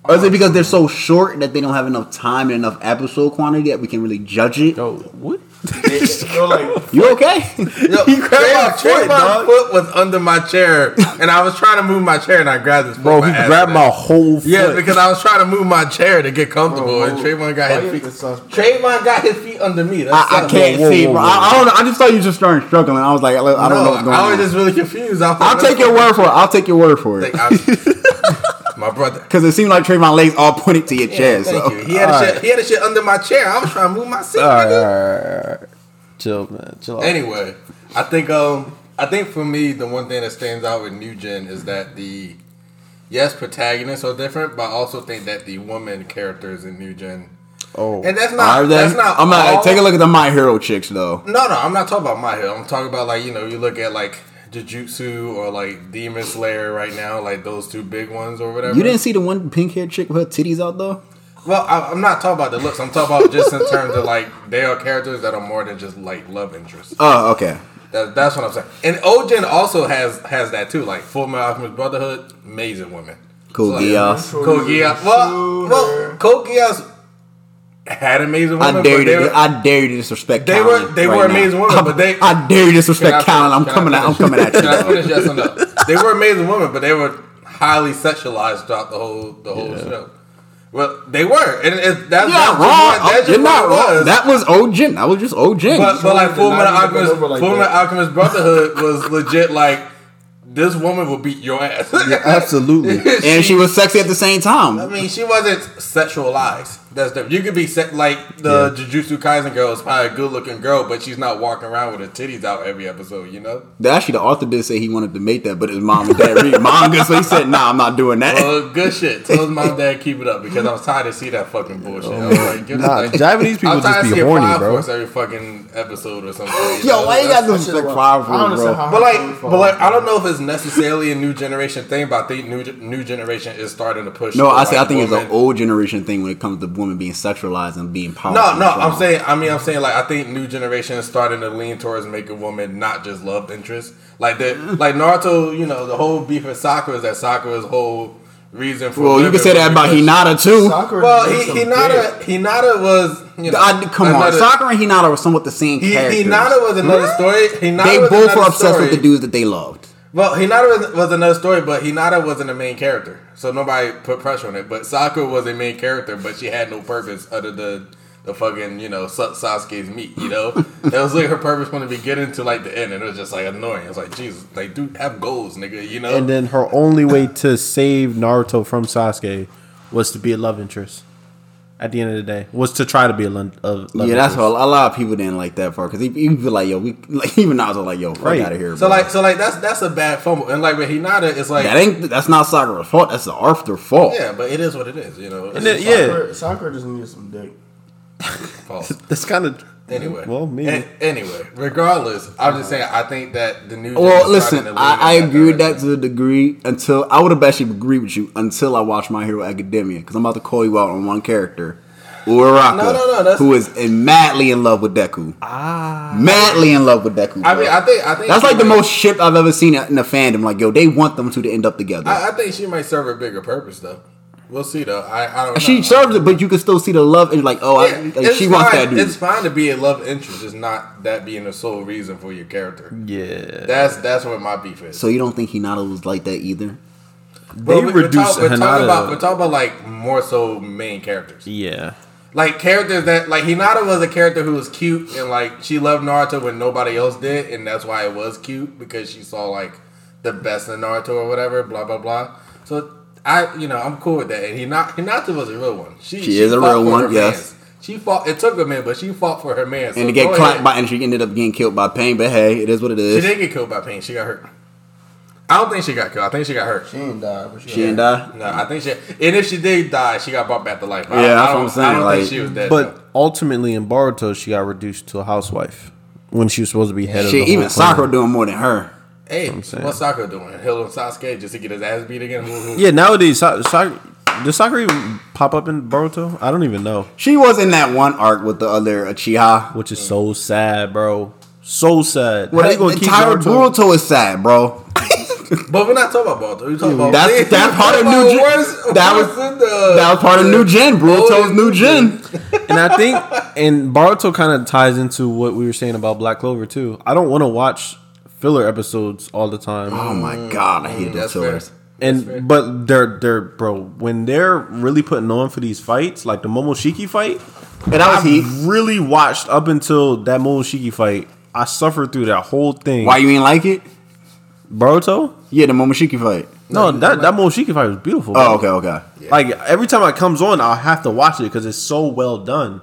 Or is it because they're so short that they don't have enough time and enough episode quantity that we can really judge it? Yo, what? they, [LAUGHS] they're like You okay? Yo, he grabbed my Trayvon- foot, Trayvon's dog. foot was under my chair, and I was trying to move my chair, and I grabbed his foot. Bro, by he accident. grabbed my whole foot. Yeah, because I was trying to move my chair to get comfortable, Bro, and Trayvon got his why feet. is [LAUGHS] this sus- Trayvon got his feet under me. That's I, I something. can't Whoa, whoa, see, whoa, bro. whoa. I, I don't know. I just saw you just starting struggling. I was like, I, I don't know what's No, going I was on. just really confused. I was like, I'll take your word for it. I'll take your word for it. I- [LAUGHS] [LAUGHS] my brother. Because it seemed like Trayvon legs all pointed to your Yeah, chest. thank so. you. He had, a shit, he had a shit under my chair. I was trying to move my seat. All right, all nigga. right, all right, all right. Chill, man. Oh. Chill out. Anyway, I think um I think for me the one thing that stands out with New Gen is that the yes protagonists are different, but I also think that the woman characters in New Gen oh. and that's All not right, then. that's not I'm not. all- Take a look at the My Hero chicks though. No, no, I'm not talking about my hero. I'm talking about like you know you look at like Jujutsu or like Demon Slayer right now, like those two big ones or whatever. You didn't see the one pink haired chick with her titties out though? Well, I, I'm not talking about the looks. I'm talking about just in terms of like they are characters that are more than just like love interests. Oh, okay. That, that's what I'm saying. And Ogen also has has that too. Like Full Metal Alchemist Brotherhood, amazing woman. Cool, like, Gios. Code Geass. Well, well, Code Geass had amazing women. I dare you. but they To, were- I dare you to disrespect. They Colin were- they right were now. amazing women, I'm- but they- I dare you to disrespect Can I Colin. I'm finish? coming Can I at. I'm coming at you. Can I dog. finish? Yes or no? They were amazing women, but they were highly sexualized throughout the whole the whole show. Well, they were, and it, that's You're that's not wrong. just what- that's You're just what not it wrong. was. That was old Jin. That was just old Jin. But, but like did Full not Metal even come Alchemist, over like Full that. Metal Alchemist Brotherhood was legit. Like this woman will beat your ass. [LAUGHS] Absolutely. and she was sexy at the same I time. mean, she wasn't sexualized. That's the you could be se- like the Jujutsu Kaisen girl is probably a good looking girl, but she's not walking around with her titties out every episode. You know. Actually, the author did say he wanted to make that, but his mom and dad [LAUGHS] read manga, so he said, "Nah, I'm not doing that." Well, good shit. Tell his mom and dad keep it up because I was tired to see that fucking bullshit. I was like, get Nah, the- Japanese I people was Oh, tired just to be see a horny, Fire bro. Force every fucking episode or something. you Yo, know? why you That's- got to disrespect Fire I don't Force, understand bro? how. But like, but like, I don't know if it's necessarily a new generation thing, but I think new new generation is starting to push. No, the I say I white think it's an woman. old generation thing when it comes to women being sexualized and being powerful. No, no, and strong. I'm saying. I mean, I'm saying like I think new generation is starting to lean towards making women not just love interest. Like the like Naruto, you know, the whole beef with Sakura is that Sakura's whole reason for. Well, you can living say that was about because- Hinata too. Sakura Well, did he, some Hinata, Hinata was. You know, I, come on, another- Sakura and Hinata were somewhat the same He, characters. Hinata was another story. Hinata they was both another were obsessed story. with the dudes that they loved. Well, Hinata was, was another story, but Hinata wasn't the main character, so nobody put pressure on it. But Sakura was a main character, but she had no purpose other than the fucking you know suck Sasuke's meat. [LAUGHS] You know, that was like her purpose from the beginning to like the end, and it was just like annoying. It's like Jesus, like dude, have goals, nigga. You know, And then her only way to save Naruto from Sasuke was to be a love interest. At the end of the day, was to try to be a lon- a love yeah, that's interest. what a lot of people didn't like that part because even feel like yo, we [LAUGHS] like, even Naruto was like yo, fuck Right. out of here. so bro. like so like that's that's a bad fumble, and like with Hinata, it's like that ain't that's not Sakura's fault. That's the author's fault. yeah, but it is what it is. You know, And then, dick. yeah, Sakura, Sakura just needed some dick. False. that's kind of [LAUGHS] Anyway, Well, maybe. A- anyway, regardless, I'm just saying I think that the new. Well, gen is listen, starting to lean in I, I agree with that direction. to a degree until I would have actually agreed with you until I watched My Hero Academia because I'm about to call you out on one character, Uraraka, No, no, no, that's- who is in- madly in love with Deku. Ah, madly in love with Deku. I bro. mean, I think I think that's she like the might- most shit I've ever seen in a fandom. Like yo, they want them two to end up together. I, I think she might serve a bigger purpose though. We'll see though. I, I don't. she know. serves it, but you can still see the love and like, oh, Yeah, I, like, it's she wants fine- that dude. It's fine to be a love interest. It's not that being the sole reason for your character. yeah. That's that's where my beef is. So you don't think Hinata was like that either? But they we- reduced we're, talk- we're Hinata- talking about we're talking about like more so main characters. Yeah. Like characters that like Hinata was a character who was cute and like she loved Naruto when nobody else did, and that's why it was cute because she saw like the best in Naruto or whatever. Blah blah blah. So I you know I'm cool with that. And Hinata, Hinata was a real one. She, She is a fought real for one, her yes. mans. She fought. It took a minute, but she fought for her man. So And to get go clapped ahead. by, and she ended up getting killed by Pain. But hey, it is what it oh, She is. didn't get killed by Pain. She got hurt. I don't think she got killed. I think she got hurt. She ain't died, but she, She got- didn't die. No, I think she. And if she did die, she got brought back to life. I, Yeah, I that's what don't- I'm saying, I don't like- think she was dead. though. But ultimately, in Boruto, she got reduced to a housewife when she was supposed to be head of the Shit, whole even clan. Sakura doing more than her. Hey, saying. what's Saka doing? Hill and Sasuke just to get his ass beat again? Who- [LAUGHS] who- Yeah, nowadays, Sa- Sa- does Sakura even pop up in Boruto? I don't even know, She was in that one arc with the other uh, Uchiha. which is so sad, bro. So sad. Well, How the you gonna keep entire Boruto? Boruto is sad, bro. But we're not talking about Balto. We're talking about That's- that part of New Gen- that was- That was part of New Gen. Oh, Boruto's New Gen. And I think, and Boruto kind of ties into what we were saying about Black Clover too. I don't want to watch filler episodes all the time. Oh my Mm, god, I hated those That's fair. fillers. And but they're they're bro when they're really putting on for these fights like the Momoshiki fight And that was heat. I've really watched up until that Momoshiki fight I suffered through that whole thing Why you ain't like it? Boruto Yeah, the Momoshiki fight. no that that Momoshiki fight was beautiful Oh, okay, okay. like every time it comes on I'll have to watch it because it's so well done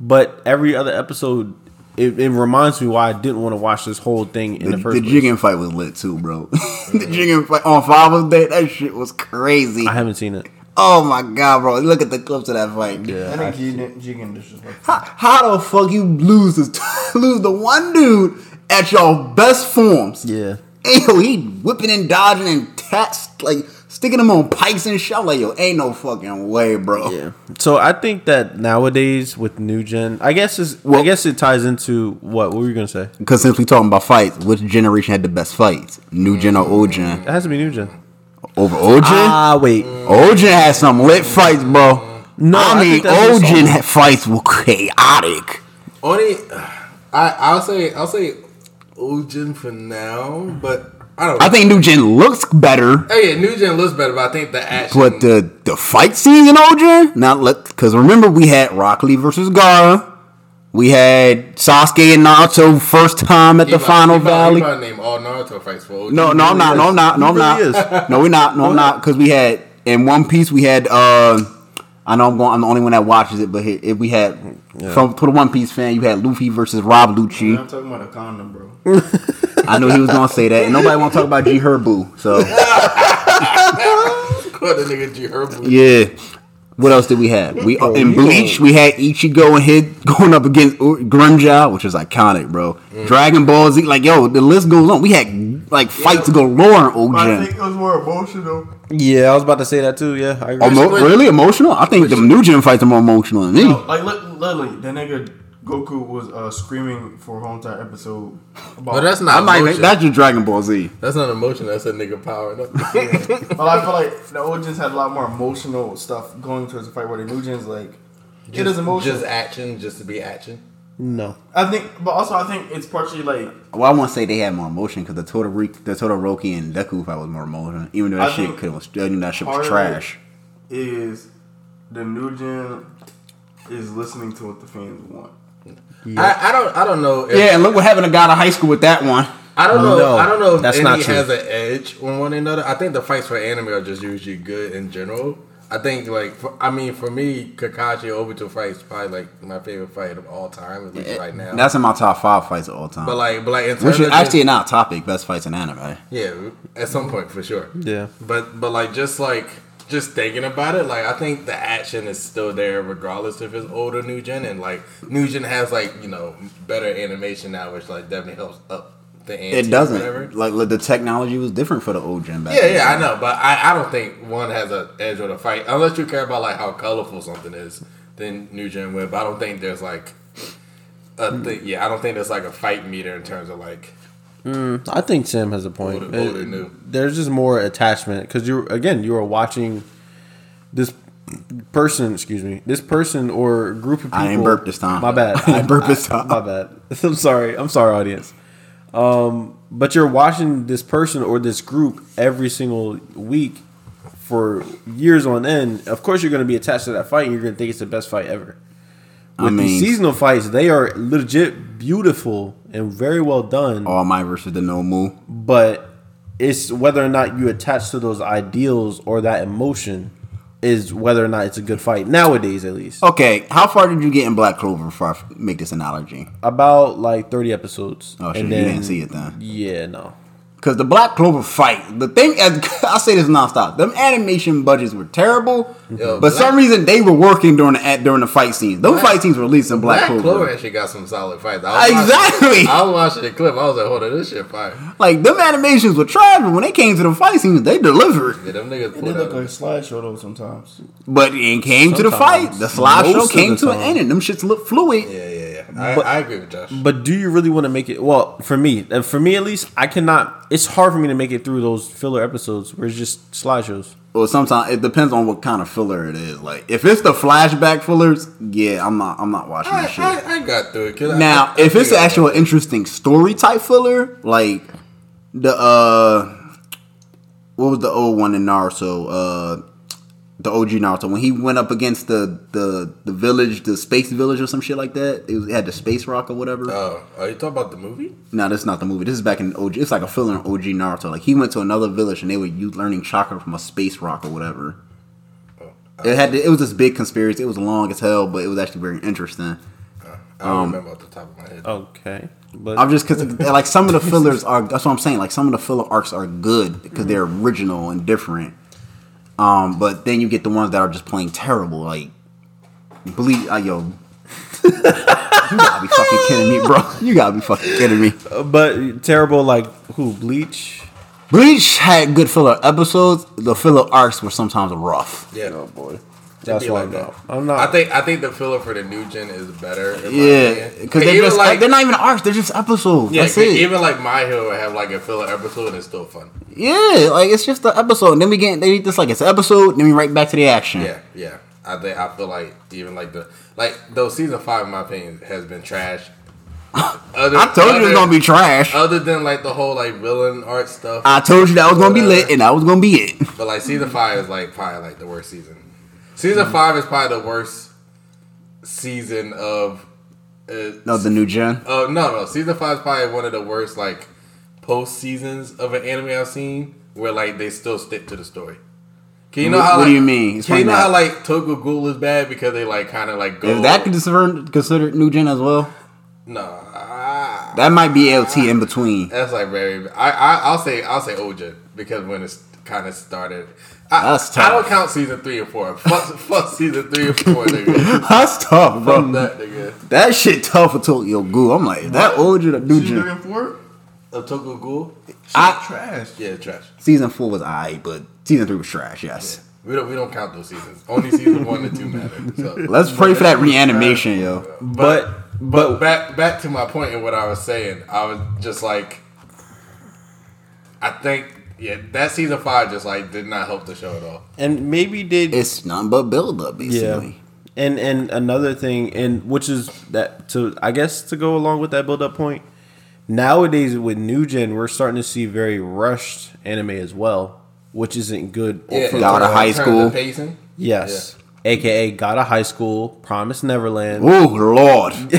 but every other episode it, it reminds me why I didn't want to watch this whole thing The, in the, the, first place Jigen fight was lit too, bro. [LAUGHS] the Jigen fight on Father's Day, that shit was crazy. I haven't seen it Oh my god, bro! Look at the clips of that fight. I think she didn't- she can disrespect. How, how the [LAUGHS] fuck you lose this, lose the one dude at your best forms? yeah And yo, he whipping and dodging and tats, like sticking them on pikes and shit. I'm like, yo, ain't no fucking way, bro. Yeah. Oh. So I think that nowadays with new gen, I guess is I Well- guess it ties into what, what were you gonna say? Because since we talking about fights, which generation had the best fights? New gen or old gen? It has to be new gen. Over old gen? Ah, wait. old gen had some lit fights, bro. No, I, I think mean, that's old just gen all- had fights were chaotic. Only, I I'll say I'll say Ojin for now, but I don't. I think new gen looks better, Oh yeah, New Gen looks better, but I think the action. but the the fight scene in old gen not look. Because remember, we had Rock Lee versus Gara. We had Sasuke and Naruto first time at He the about- Final he about- Valley. he about to name all Naruto fights for Ojin. No, no, I'm not. No, I'm not. No, I'm not. He really No, we're not. No, I'm not. Because we had in One Piece, we had. uh I know I'm going. I'm the only one that watches it, but here, if we had from for the One Piece fan, you had Luffy versus Rob Lucci. I'm talking about a condom, bro. I knew he was gonna say that, and nobody want to talk about G Herbu. So [LAUGHS] Call the nigga G Herbo. yeah. What else did we have? We uh, in Bleach, we had Ichigo and Hid going up against U- Grunja, which is iconic, bro. Dragon Ball Z, like yo, the list goes on. We had like fights Yeah. galore in I OG. think it was more emotional. Yeah, I was about to say that too. Yeah, I agree. Emo- really emotional? I think the new gen fights are more emotional than me. No, like li- literally, that nigga Goku was uh, screaming for a whole entire episode. About, But that's not I might emotion. that's your Dragon Ball Z. that's not emotion. That's a nigga power. No. Well, I feel like the Ojins had a lot more emotional stuff going towards the fight, where the New Gens like it is emotional. Just action, just to be action. No. I think, but also I think it's partially like Well, I want to say they had more emotion because the total the total Roki and Deku fight was more emotional, even though that I shit think could was I knew that shit part was of trash. is the New Gen is listening to what the fans want. I, I don't I don't know. If, Yeah, and look what happened to God of High School with that one. I don't know. No, I don't know if that's any not true. has an edge on one another. I think the fights for anime are just usually good in general. I think like for, I mean for me, Kakashi Obito fight is probably like my favorite fight of all time, at least right now. That's in my top five fights of all time. but like but like in Which terms is of actually not a topic. Best fights in anime. yeah, at some point for sure. Yeah. But but like just like just thinking about it, like I think the action is still there regardless if it's older new gen and like new gen has like, you know, better animation now which like definitely helps up the ante It or doesn't. whatever. Like, like, the technology was different for the old gen back. Yeah, then. yeah, I know, but I, I don't think one has an edge or the fight unless you care about like how colorful something is. Then new gen win, but I don't think there's like Hmm. a thing. Yeah, I don't think there's like a fight meter in terms of like I think Sam has a point. Older- older, new. There's just more attachment because you're again you are watching this person. Excuse me, this person or group of people. I ain't burped this time. My bad. [LAUGHS] I ain't burped this time. [LAUGHS] My bad. I'm sorry. I'm sorry, audience. Um, but you're watching this person or this group every single week for years on end. Of course, you're going to be attached to that fight, and you're going to think it's the best fight ever. I With mean- these seasonal fights, they are legit beautiful and very well done All my versus the No Mu. but it's whether or not you attach to those ideals or that emotion is whether or not it's a good fight nowadays at least Okay, how far did you get in Black Clover before I f- make this analogy? about like 30 episodes Oh, shit, And you then- didn't see it then. yeah no Because the Black Clover fight, the thing, and [LAUGHS] I say this nonstop, them animation budgets were terrible, but Yo, Black- some reason they were working during the at- during the fight scenes. Those Black- fight scenes were released in Black, Black Clover. Clover. actually got some solid fights. I was Exactly. Watching, I was watching the clip. I was like, hold on, this shit fire. Like them animations were trash, but when they came to the fight scenes, they delivered. Yeah, them niggas It did pulled look like a out. slideshow though sometimes. But it came to the Sometimes. fight, the slideshow Most of came the to an time. end, and them shits look fluid. Yeah, yeah, yeah. I, But- I agree with Josh. but do you really want to make it well for me uh, for me at least i cannot it's hard for me to make it through those filler episodes where it's just slideshows Well, sometimes it depends on what kind of filler it is. Like if it's the flashback fillers, yeah, I'm not, I'm not watching that Mm, shit. I, I, I got through it. 'cause I- Now, I- I if it's figured an it actual out. interesting story type filler, like the uh what was the old one in Naruto? Uh the OG Naruto when he went up against the the the village, the space village or some shit like that. It, was, it had the space rock or whatever. Oh, are you talking about the movie? no, that's not the movie. This is back in OG. It's like a filler in OG Naruto. Like he went to another village and they were you learning chakra from a space rock or whatever. Oh, It had to, it was this big conspiracy. It was long as hell, but it was actually very interesting. I don't Um, remember off the top of my oh, head. okay but I'm just [LAUGHS] because like some of the fillers are. That's what I'm saying. Like some of the filler arcs are good because they're Mm-hmm. original and different. Um, but then you get the ones that are just plain terrible. Like, believe, uh, yo, [LAUGHS] You gotta be fucking kidding me, bro. You gotta be fucking kidding me. Uh, But terrible, like who? Bleach. Bleach had good filler episodes. The filler arcs were sometimes rough. Yeah. boy, that's be why like I'm that. not. I'm not. I think I think the filler for the new gen is better. in my Yeah, opinion. because they're even just they're not even arcs. They're just episodes. yeah, e- That's it. even like My Hero would have like a filler episode and it's still fun. yeah, like it's just the episode. And then we get they just like it's an episode. Then we right back to the action. Yeah, yeah. I think I feel like even like the like though season five in my opinion has been trash. [LAUGHS] Other, I told you it was other- gonna be trash. other than like the whole like villain art stuff. I told you that was gonna be whatever. lit, and that was gonna be it. But like season five is like probably like the worst season. Season Mm. five is probably the worst season of. Uh, No, the new gen. Oh no, no. Season five is probably one of the worst like post seasons of an anime I've seen, where like they still stick to the story. Can you know What- how? what like, do you mean? Can Explain you know that. how like Tokyo Ghoul is bad because they like kind of like go. Is that considered considered new gen as well? no, ah, That might be LT in between. [LAUGHS] that's like very. I, I I'll say I'll say Oja because when it's kind of started. I, That's I don't tough. count season three and four. Fuck, [LAUGHS] fuck season three and four, nigga. That's tough, [LAUGHS] Fuck bro. that, nigga. That shit tough for Tokyo Ghoul. I'm like, that old you the new Season three gen. and four, A Tokyo Ghoul? I- I, trash. Yeah, trash. Season four was alright, but season three was trash. Yes. We don't we don't count those seasons. Only season one and two matter. [LAUGHS] So. Let's pray for that reanimation, yo. but But but back back to my point and what I was saying, I was just like, I think yeah, that season five just like did not help the show at all. and maybe did It's nothing but build up, basically. yeah. And and another thing, and which is that to I guess to go along with that build up point. Nowadays with new gen, we're starting to see very rushed anime as well, which isn't good. for- God of in High terms School. of pacing. yes, aka got a high school, Promise Neverland. Oh lord, [LAUGHS]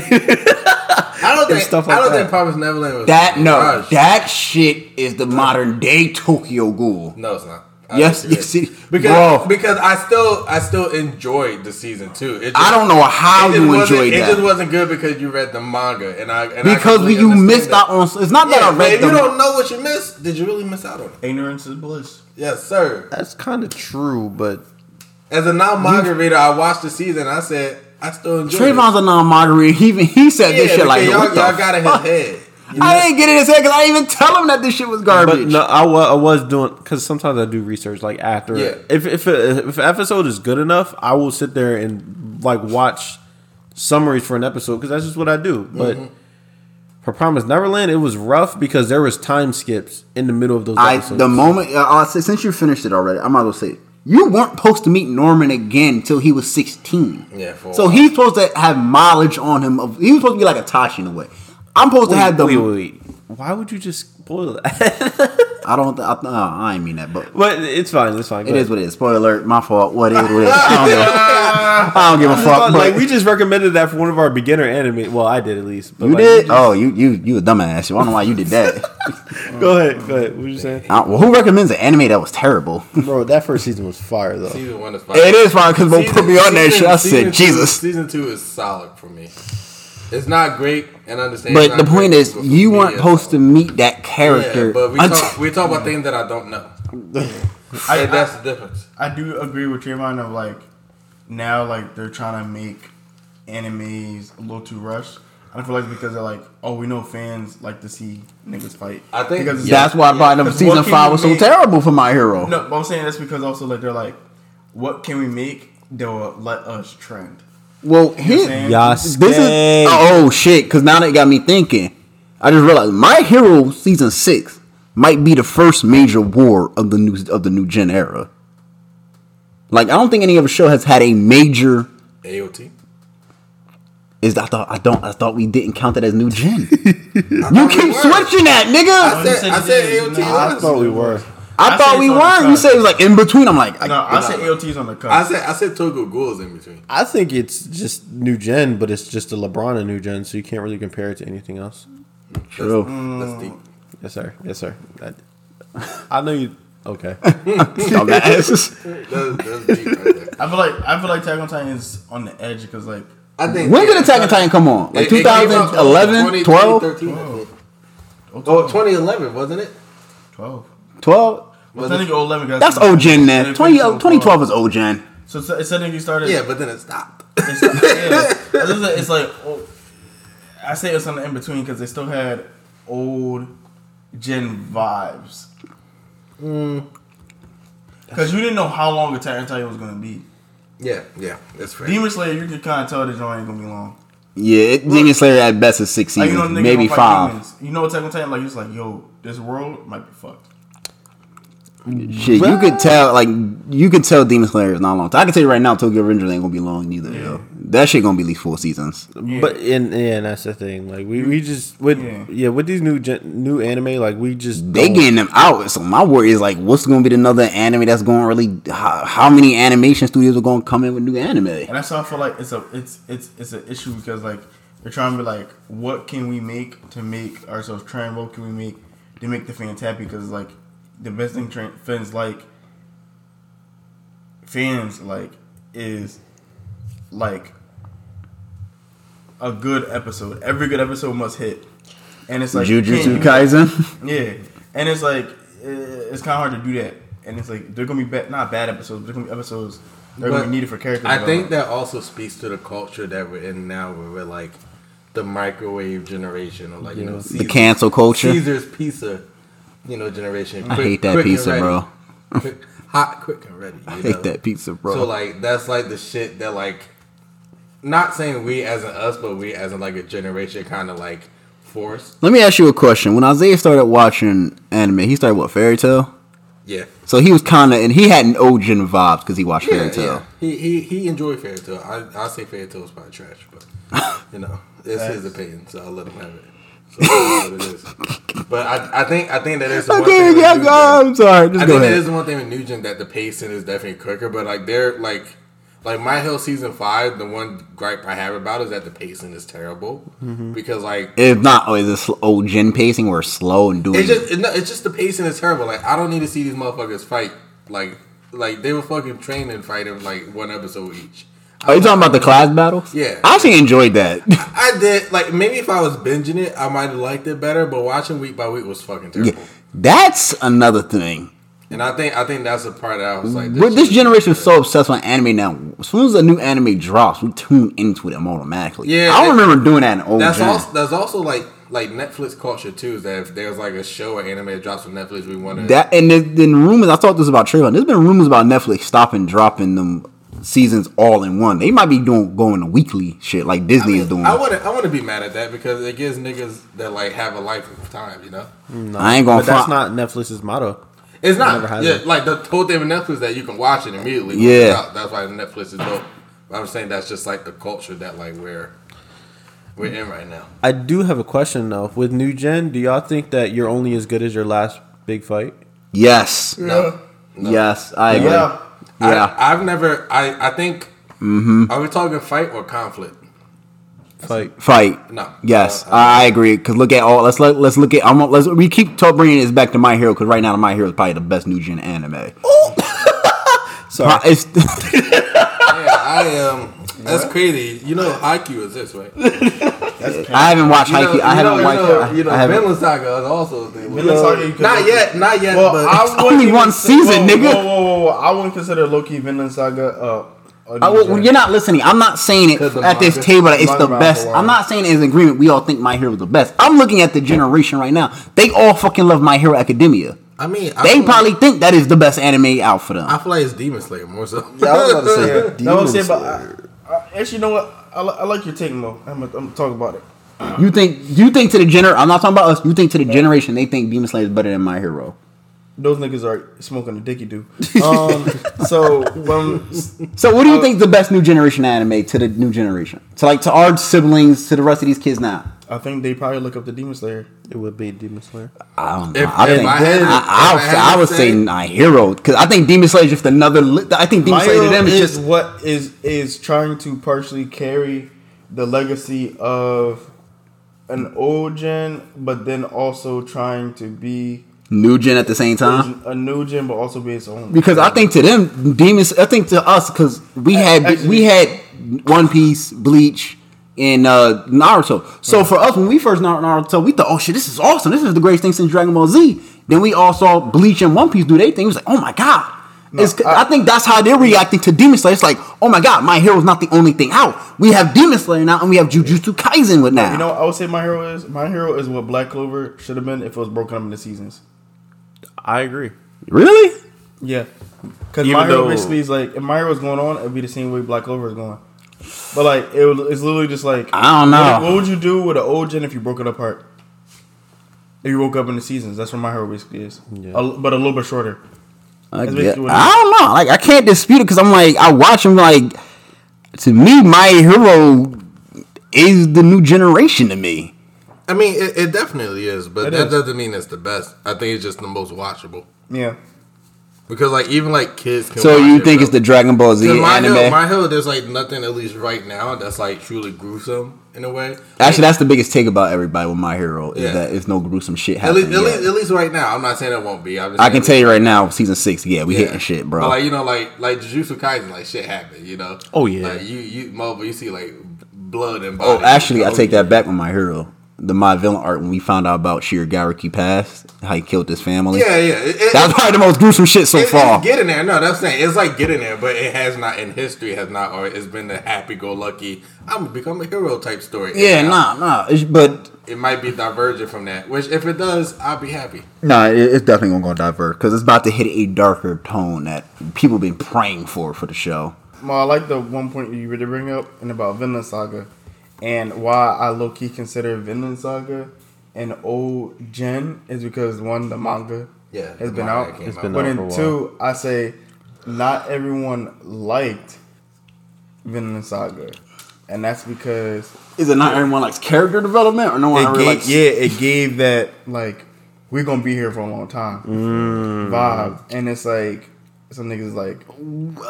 I don't think stuff I like don't that. think Promise Neverland was that no, rushed. that shit is the modern day Tokyo Ghoul. no, it's not. I Yes, disagree. you see- because Bro. because I still I still enjoyed the season two. It just- I don't know it how just you wasn't- enjoyed It just that wasn't good because you read the manga and I and I because completely you understand missed that. out on. It's not Yeah, that I but if read you them. don't know what you missed, did you really miss out on it? Ignorance is bliss. Yes, sir. That's kind of true, but As a non-manga reader, I watched the season. I said, I still enjoy. Trayvon's a non-moderator. He even he said yeah, this shit like, y'all, what the y'all got in his fuck? head. You know? I didn't get in his head because I didn't even tell him that this shit was But garbage. no, I was, I was doing because sometimes I do research like after Yeah. if if a, if an episode is good enough, I will sit there and like watch summaries for an episode because that's just what I do. But Mm-hmm. for Promise Neverland, it was rough because there was time skips in the middle of those. I episodes. the moment uh, I'll say, since you finished it already, I might as well say it. You weren't supposed to meet Norman again till he was sixteen. Yeah, for a so while. he's supposed to have mileage on him. Of, he was supposed to be like a Tashi in a way. I'm supposed wait, to have the. wait, wait, wait. Why would you just spoil that? [LAUGHS] I don't. I, no, I ain't mean that, but but it's fine. It's fine. it is what it is. Spoiler alert. My fault. What it is. What it is. I don't [LAUGHS] give a, I don't give a fuck. like but- we just recommended that for one of our beginner anime. Well, I did at least. But you like, did? just- oh, you you you a dumbass. I don't know why you did that. Oh. Go ahead. Go ahead. What were you saying, I, well, who recommends an anime that was terrible? [LAUGHS] bro? That first season was fire [LAUGHS] though. season one is fine. it is fine because they Season- put me on that season- shit. I season said two- Jesus. Season two is solid for me. It's not great, and I understand. it's But not the point great, is, but for you me, weren't it's supposed to solid. meet that Yeah, character. but we until- talk, we talk about things that I don't know. I, and I, that's the difference. I do agree with Trayvon of like now like they're trying to make animes a little too rushed. I don't feel like it's because they're like, oh, we know fans like to see niggas fight. I think- because [LAUGHS] it's that's like- why I brought them 'Cause season what can five you was so make- terrible for my hero. No, but I'm saying that's because also like they're like, what can we make that will let us trend? Well, here, saying? Yasuke. this is [LAUGHS] oh shit. Because now that got me thinking. I just realized my hero season six might be the first major war of the new of the new gen era. Like I don't think any other show has had a major. AOT. Is I thought I don't I thought we didn't count that as new [LAUGHS] gen. You Keep switching that, nigga. I said, I said AOT. I was. thought we were. I, I thought say we it's on the weren't. You side. said it was like in between. I'm like, I, No, I say AOT's on the cut. I said I said Togo Ghoul is in between. I think it's just new gen, but it's just a LeBron and new gen, so you can't really compare it to anything else. true. Mm. [LAUGHS] That's deep. Yes, sir. Yes, sir. That- I know you. Okay. Dumbass. That's, that's deep right there. I feel like I feel like Attack on Titan is on the edge because like I think when did yeah, Attack on Titan come on? Like 2011, 12, 12? oh, Oh, 2011, wasn't it? 12. 12? Well, technically 11 guys. That's old gen then. 20, 2012 is old gen. So it's, it's technically started. Yeah, but then it stopped. It's, yeah. It's like- it's like oh, I say it's on the in between because they still had old gen vibes. Because you didn't know how long Attack on Titan was going to be. [LAUGHS] Yeah, yeah, that's fair. Demon Slayer, you could kind of tell the joint ain't going to be long. Yeah, it, Demon Slayer at best is six Like, seasons, you know, the nigga maybe don't fight five. demons. You know Attack on Titan? Like, it's like, yo, this world might be fucked. Shit, you could tell like you could tell Demon Slayer is not long. I can tell you right now, Tokyo Revengers ain't gonna be long neither. Yo. That shit gonna be at least four seasons. But and [LAUGHS] yeah, and that's the thing. Like we, we just with Yeah. yeah. with these new gen, new anime, like we just They don't- getting them out. So my worry is like, what's gonna be another anime that's gonna really? How, how many animation studios are gonna come in with new anime? And that's why I feel like it's a it's it's it's an issue because like they're trying to be like, what can we make to make ourselves trend? What can we make to make the fans happy? Because like the best thing tran- fans like fans like is like a good episode. Every good episode must hit, and it's like you Jujutsu can't- Kaisen. yeah, and it's like i- it's kind of hard to do that. And it's like they're gonna be bad, not bad episodes. But they're gonna be episodes. They're gonna But be needed for character. I think development. that also speaks to the culture that we're in now, where we're like the microwave generation, or like you know, the cancel culture. Caesar's pizza, you know, generation. I hate that and pizza, ready. bro. [LAUGHS] Quick- hot, quick, and ready. I [LAUGHS] Take that pizza, bro. So like that's like the shit that like, not saying we as in us, but we as in like a generation kind of like forced. Let me ask you a question. When Isaiah started watching anime, he started what Fairy Tale. Yeah. So he was kind of and he had an Ojin vibes because he watched Yeah, Fairy Tale. yeah. He he he enjoyed Fairy Tale. I I say Fairy Tale is probably trash, but you know it's his opinion, so I'll let him have it. So it is what it is. But I I think I think that is the one Okay, thing. with yeah, New yeah, Gen. I'm sorry. Just I go think that ahead. is the one thing with New Gen that the pacing is definitely quicker, but like they're like. Like My Hill season five, the one gripe I have about it is that the pacing is terrible Mm-hmm. because like If not, oh, is this Ojin pacing where it's slow and doing? It's just it, no, it's just the pacing is terrible. Like I don't need to see these motherfuckers fight. Like like they were fucking training fighting like one episode each. Are you talking about the class battles? Yeah. I actually enjoyed that. [LAUGHS] I did like maybe if I was binging it, I might have liked it better. But watching week by week was fucking terrible. That's another thing. And I think I think that's the part that I was like, But this shit- generation is so obsessed with anime now. As soon as a new anime drops, we tune into them automatically. Yeah, I don't it- remember doing that in old That's gen. also that's also like like Netflix culture too. Is that if there's like a show or anime that drops on Netflix, we want to. That and then, then rumors. I thought this about Trayvon. There's been rumors about Netflix stopping dropping them seasons all in one. They might be doing going to weekly shit like I Disney mean, is doing. I want to I want to be mad at that because it gives niggas that like have a life of time, you know. I ain't gonna. But that's Fi- not Netflix's motto. It's never not. had Yeah, it. like the whole thing with Netflix is that you can watch it immediately. when Yeah. it's out. that's why Netflix is dope. But I'm saying that's just like the culture that like we're we're in right now. I do have a question though. With new gen, do y'all think that you're only as good as your last big fight? yes, No, yes, I agree. yeah. Yeah, yeah. Mm-hmm. I, I've never. I I think. Are we talking fight or conflict? Fight. fight. No. Yes, Uh, I, I agree. Cause look at all. Let's let, let's look at. I'm gonna- let's we keep talk, bringing this back to My Hero. Cause right now, My Hero is probably the best new gen anime. Oh! [LAUGHS] Sorry. Uh, it's- Yeah, I am. Um, that's crazy. You know, IQ is this, right? You know, I haven't watched you Haikyuu. I haven't know, watched. You know, I- you know I haven't. Vinland Saga is also a thing. Vinland Saga, you could- Not yet. Not yet. Well, but I wouldn't [LAUGHS] only even one say- season, whoa, nigga. Whoa, whoa, whoa! I wouldn't consider Loki Vinland Saga. Uh, a I, well, new gen. you're not listening. I'm not saying it Cause the at this manga- table that it's manga the about best. Hawaii. I'm not saying it's in agreement. We all think My Hero is the best. I'm looking at the generation right now. They all fucking love My Hero Academia. I mean, I They feel- probably think that is the best anime out for them. I feel like it's Demon Slayer more so. I was about to say, Yeah, Demon no, I'm saying, but Slayer. I, I, actually, you know what? I, li- I like your take, Mo. I'm gonna I'm talk about it. You think you think to the gener? I'm not talking about us. You think to the generation they think Demon Slayer is better than My Hero. Those niggas are smoking a dicky do. Um, so when So what do you Uh, think the best new generation anime to the new generation? To like to our siblings, to the rest of these kids now. I think they probably look up the Demon Slayer. It would be Demon Slayer. I don't know. If- I if think I I, had- if I I, would say- had I to would say say- my hero because I think Demon Slayer is just another. Li- I think Demon My Slayer to them is is just what is is trying to partially carry the legacy of an old gen, but then also trying to be new gen at the same time. a new gen, but also be its own. Uh-huh. Because I think to them, demons. I think to us, because we had Actually- we had One Piece, Bleach, and uh, Naruto. So for us, when we first Nar- Naruto, we thought, oh shit, this is awesome. This is the greatest thing since Dragon Ball Z. Then we all saw Bleach and One Piece do their thing. It was like, oh my god. It's- I- I, think that's how they're reacting to Demon Slayer. It's like, oh my god, my hero's not the only thing out. We have Demon Slayer now, and we have Jujutsu Kaisen with now. You know, what I would say my hero is my hero is what Black Clover should have been if it was broken up into seasons. I agree. really? Yeah, because Even my hero though- basically is like if my hero was going on, it'd be the same way Black Clover is going. But like it, was- it's literally just like I don't What, know. what would you do with an old gen if you broke it apart? If you broke up into seasons, that's what my hero basically is. Yeah. A- but a little bit shorter. I, That's basically get- what it I don't know. Like I can't dispute it because I'm like I watch him like. To me, my hero is the new generation to me. [LAUGHS] I mean, it, it definitely is, but It that is. doesn't mean it's the best. I think it's just the most watchable Yeah. because, like, even like kids. Can So watch you it, think bro. it's the Dragon Ball Z Cause my anime? hill, my hill, there's like nothing at least right now that's like truly gruesome in a way. Actually, that's the biggest take about everybody with my hero is Yeah. that it's no gruesome shit at happening. least, at yet. least, at least right now. I'm not saying it won't be. I'm just I saying can at tell least- you right now, season six, yeah, we Yeah. hitting shit, bro. But like you know, like like Jujutsu Kaisen, like shit happened. You know. Oh, yeah. Like you you mobile, you see like blood and. oh, bodies. actually, I Oh, take yeah. that back with my hero. The my villain art when we found out about Shiragaraki past, how he killed his family. Yeah, yeah. It, it, That was probably the most gruesome shit so it, far. It's getting there. No, that's the thing. It's like getting there, but it has not in history has not or it's been the happy go lucky. I'm gonna become a hero type story. yeah, And nah, nah. It's, but It might be divergent from that, which if it does, I'll be happy. nah, it, it's definitely gonna go diverge because it's about to hit a darker tone that people been praying for for the show. Well, I like the one point you really bring up and about Vinland Saga, and why I low key consider Vinland Saga an old gen is because one the manga Yeah, has the been manga out, came It's been out. but out in for a while. two I say not everyone liked Vinland Saga, and that's because Is it not everyone likes character development or no one it ever gave, likes? yeah, it gave that like we're gonna be here for a long time Mm. vibe, and it's like some niggas like,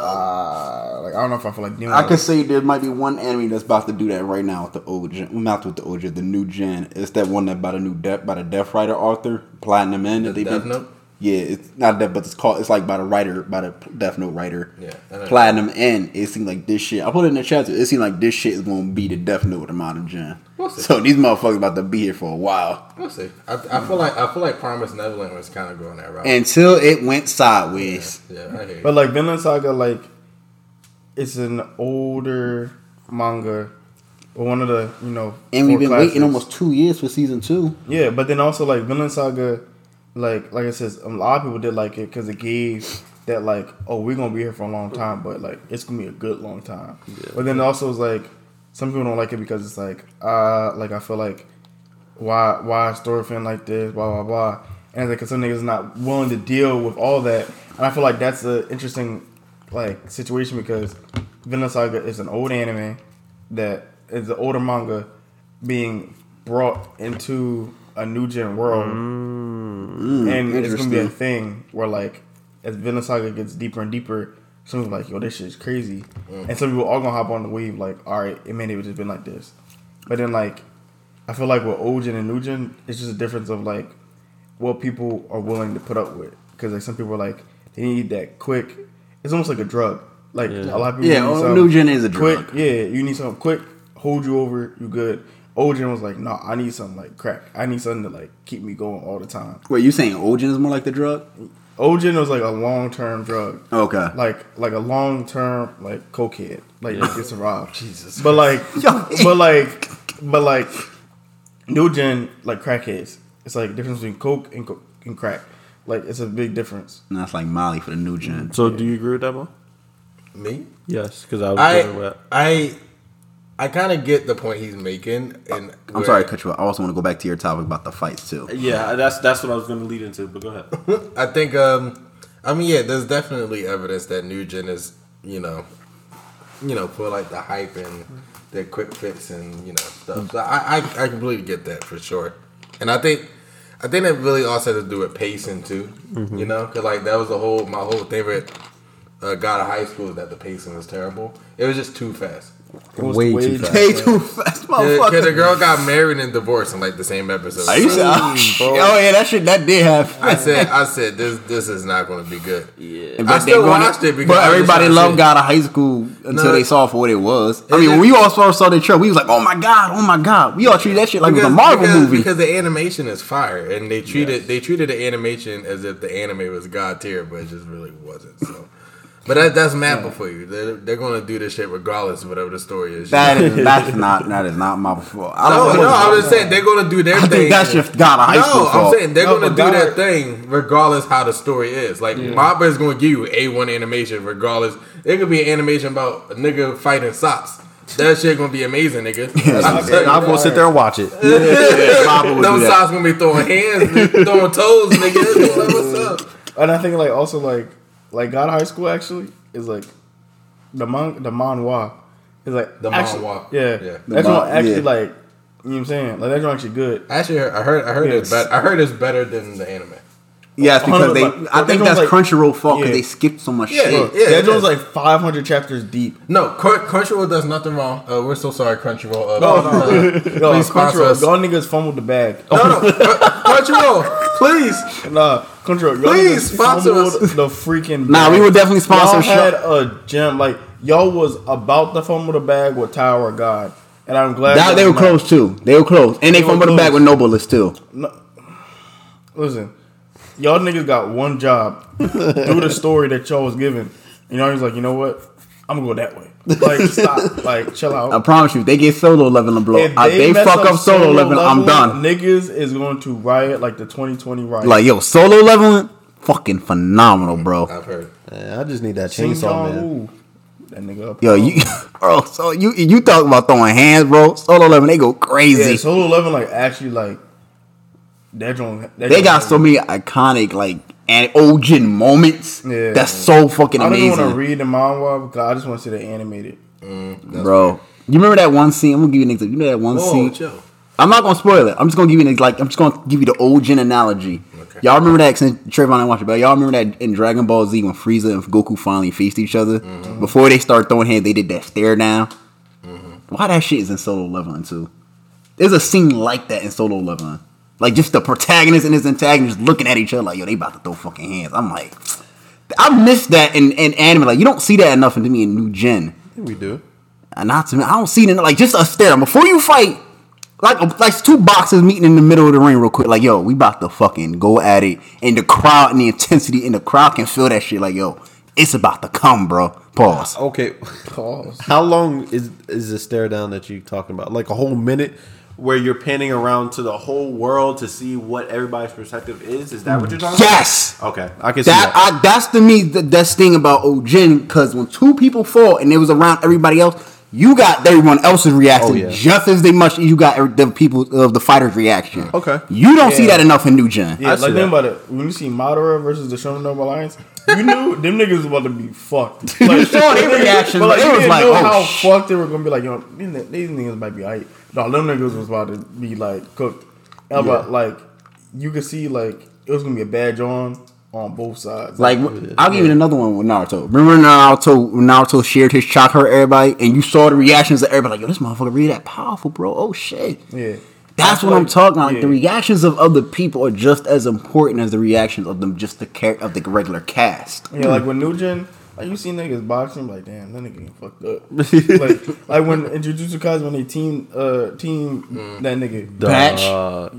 uh, like I don't know if I feel like dealing I with could it. say there might be one anime that's about to do that right now with the old gen, not with the old gen, the new gen. It's that one that by the new death by the Death Rider author, Platinum End. that The they've Death been- Note? Yeah, it's not that, but it's called. It's like by the writer, by the Death Note writer. Yeah, uh, I know. Platinum End. It seemed like this shit. I put it in the chat. too. It seemed like this shit is going to be the Death Note of the modern gen. We'll see. so these motherfuckers about to be here for a while We'll see. I, I feel like I feel like Promise Neverland was kind of going that route. until it went sideways. yeah, I hear you. But like Vinland Saga, like it's an older manga, but one of the you know, And we've four been classics. waiting almost two years for season two. yeah. But then also like Vinland Saga, like like I said, a lot of people did like it because it gave that like oh we're gonna be here for a long time, but like it's gonna be a good long time. But then also it's like some people don't like it because it's like uh like I feel like why why a story fan like this, blah blah blah. And it's like 'cause some niggas not willing to deal with all that. And I feel like that's an interesting like situation because Vinland Saga is an old anime that is an older manga being brought into a new gen world. and it's gonna be a interesting. thing where like as Vinland Saga gets deeper and deeper, some people like, yo, this shit's crazy. And some people are gonna hop on the wave like, all right, it may have just been like this. But then like I feel like with old gen and new gen, it's just a difference of like what people are willing to put up with. Because like some people are like they need that quick. It's almost like a drug. Like a lot of people. Yeah, need old- something new gen is a quick. drug. Yeah, you need something quick. Hold you over. You good. Old gen was like, no, I need something like crack. I need something to like keep me going all the time. Wait, you saying old gen is more like the drug? Old gen was like a long term drug. Okay. Like like a long term like cokehead. Like you can survive. Jesus But like Yo. but like but like new gen like crackheads. It's like difference between coke and co- and crack. Like it's a big difference. And that's like Molly for the new gen. Mm. So do you agree with that one? Me? Yes, because I was doing I that. I I kind of get the point he's making, and I'm sorry to cut you off. I also want to go back to your topic about the fights too. Yeah, that's that's what I was going to lead into. But go ahead. I think um I mean yeah, there's definitely evidence that New Gen is, you know, you know, for like the hype and the quick fix and, you know, stuff. So I, I I completely get that for sure. And I think I think that really also has to do with pacing too. You know, cuz like that was the whole my whole favorite uh, God of High School is that the pacing was terrible. It was just too fast. was Way too fast. Way too fast, Yeah, Cause the motherfucker. girl got married and divorced in like the same episode. Are you So serious? Oh yeah, that shit that did happen. I said, I said, this this is not going to be good. But they I still going- watched it because I but was everybody trying to loved see. God of High School until No. they saw it for what it was. I It mean, when is- we all first saw the trailer, we was like, "Oh my god, oh my god!" We all treated that shit like it was a Marvel because, movie. because the animation is fire, and they treated they treated the animation as if the anime was god tier, but it just really wasn't. So, but that, that's Marvel for you. They're, they're gonna do this shit regardless of whatever the story is. that is that's not that is not my fault. I no, don't know. no, I'm just saying they're gonna do their I thing. think that's your God of High School No, I'm fault. saying they're No, gonna but do God- their thing regardless how the story is. Like Mappa is gonna give you a one animation regardless. It could be an animation about a nigga fighting sops. That shit gonna be amazing, [LAUGHS] nigga. I'm telling you. I'm gonna sit there and watch it. Marvel would do Those that. socks gonna be throwing hands, [LAUGHS] nigga, throwing toes, nigga. Like, What's up? And I think like also like like God of High School actually is like the man the manhwa is like The actually, manhwa. Yeah, Yeah. that's that's The one man- actually yeah. like you know what I'm saying like that's one actually good. [LAUGHS] Actually, I heard I heard it's Yes. better. I heard it's better than the anime. Yes, because Hundred- they. I but- but they think don't that's like- Crunchyroll fault because Yeah. they skipped so much Yeah. shit. Look, yeah, that one's yeah. like 500 chapters deep. No, Cr- Crunchyroll does nothing wrong. Uh, we're so sorry, Crunchyroll. Uh, uh, Yo, please sponsor Crunchyroll, us. y'all niggas fumbled the bag. Oh. No, no, Cr- Crunchyroll, please. Nah, Crunchyroll, y'all Please niggas sponsor us. fumbled the freaking. Nah, bag. we would definitely sponsor Y'all sh- had a gem like y'all was about to fumble the bag with Tower of God, and I'm glad That, they y'all were not. close too. They were close, and they They were fumbled it back close. with Noble is too. Listen, y'all niggas got one job. Do the story that y'all was given. You know, he's like, you know what? I'm gonna go that way. Like, stop. Like, [LAUGHS] chill I out. promise you, they get solo level and blow. If I- Uh, they mess fuck up solo, level, I'm done. Niggas is going to riot like the 2020 riot. Like yo, solo leveling, fucking phenomenal, bro. I've heard. Man, I just need that Kim chainsaw man. Jong-un. That nigga up. Yo, you, [LAUGHS] bro. So you you talking about throwing hands, bro? Solo leveling, they go crazy. yeah, Solo Eleven like actually like that joint. that they joint- got so many iconic like and Ojin moments. Yeah. that's so fucking I don't even want amazing, to read the manga because I just want to see the animated. bro. You remember that one scene? I'm gonna give you an example. You know that one Whoa, scene? Oh, chill. I'm not gonna spoil it. I'm just gonna give you an, like I'm just gonna give you the old gen analogy. Okay. Y'all remember that since Trayvon and watched it, but y'all remember that in Dragon Ball Z when Frieza and Goku finally faced each other before they started throwing hands, they did that stare down. Why that shit is in Solo Leveling too? There's a scene like that in Solo Leveling, like just the protagonist and his antagonist looking at each other like, yo, they about to throw fucking hands. I'm like, I miss that in, in anime. Like you don't see that enough in me in new gen. We do. And not to me, I don't see it like just a stare before you fight. Like like two boxers meeting in the middle of the ring real quick. Like yo, we about to fucking go at it, and the crowd and the intensity and the crowd can feel that shit. Like yo, it's about to come, bro. Pause. Okay. [LAUGHS] Pause. How long is is the stare down that you talking about? Like a whole minute where you're panning around to the whole world to see what everybody's perspective is? Is that what you're talking Yes, about? Okay. I can see that that. I, that's to me the best thing about Ojin because when two people fall and it was around everybody else, you got everyone else's reaction Oh, yeah. just as they much you got every- the people of the fighters' reaction. Okay. you don't see Yeah. that enough in New Gen. Yeah, I see like think that. about it. When you see Madara versus the Shonen Noble Alliance, you knew [LAUGHS] them niggas was about to [LAUGHS] be fucked. Like, You saw their [LAUGHS] but reactions, but like, but it you was didn't like, know oh, how sh- fucked they were gonna be. Like, yo, these ni- these niggas might be hype. No, them niggas was about to be like cooked. And But like, you could see like it was gonna be a badge on on both sides. Like I'll give you another one with Naruto. Remember Naruto? when Naruto shared his chakra with everybody, and you saw the reactions of everybody. Like, yo, this motherfucker really that powerful, bro. Oh shit. yeah, That's what I'm Like, talking about. Like, The yeah. reactions of other people are just as important as the reactions of them just the care of the regular cast. Yeah, Hmm. like when Nugent, like you see niggas boxing, like damn, that nigga getting fucked [LAUGHS] up. like, like when in Jujutsu Kaisen when they team, uh, team that nigga. Patch.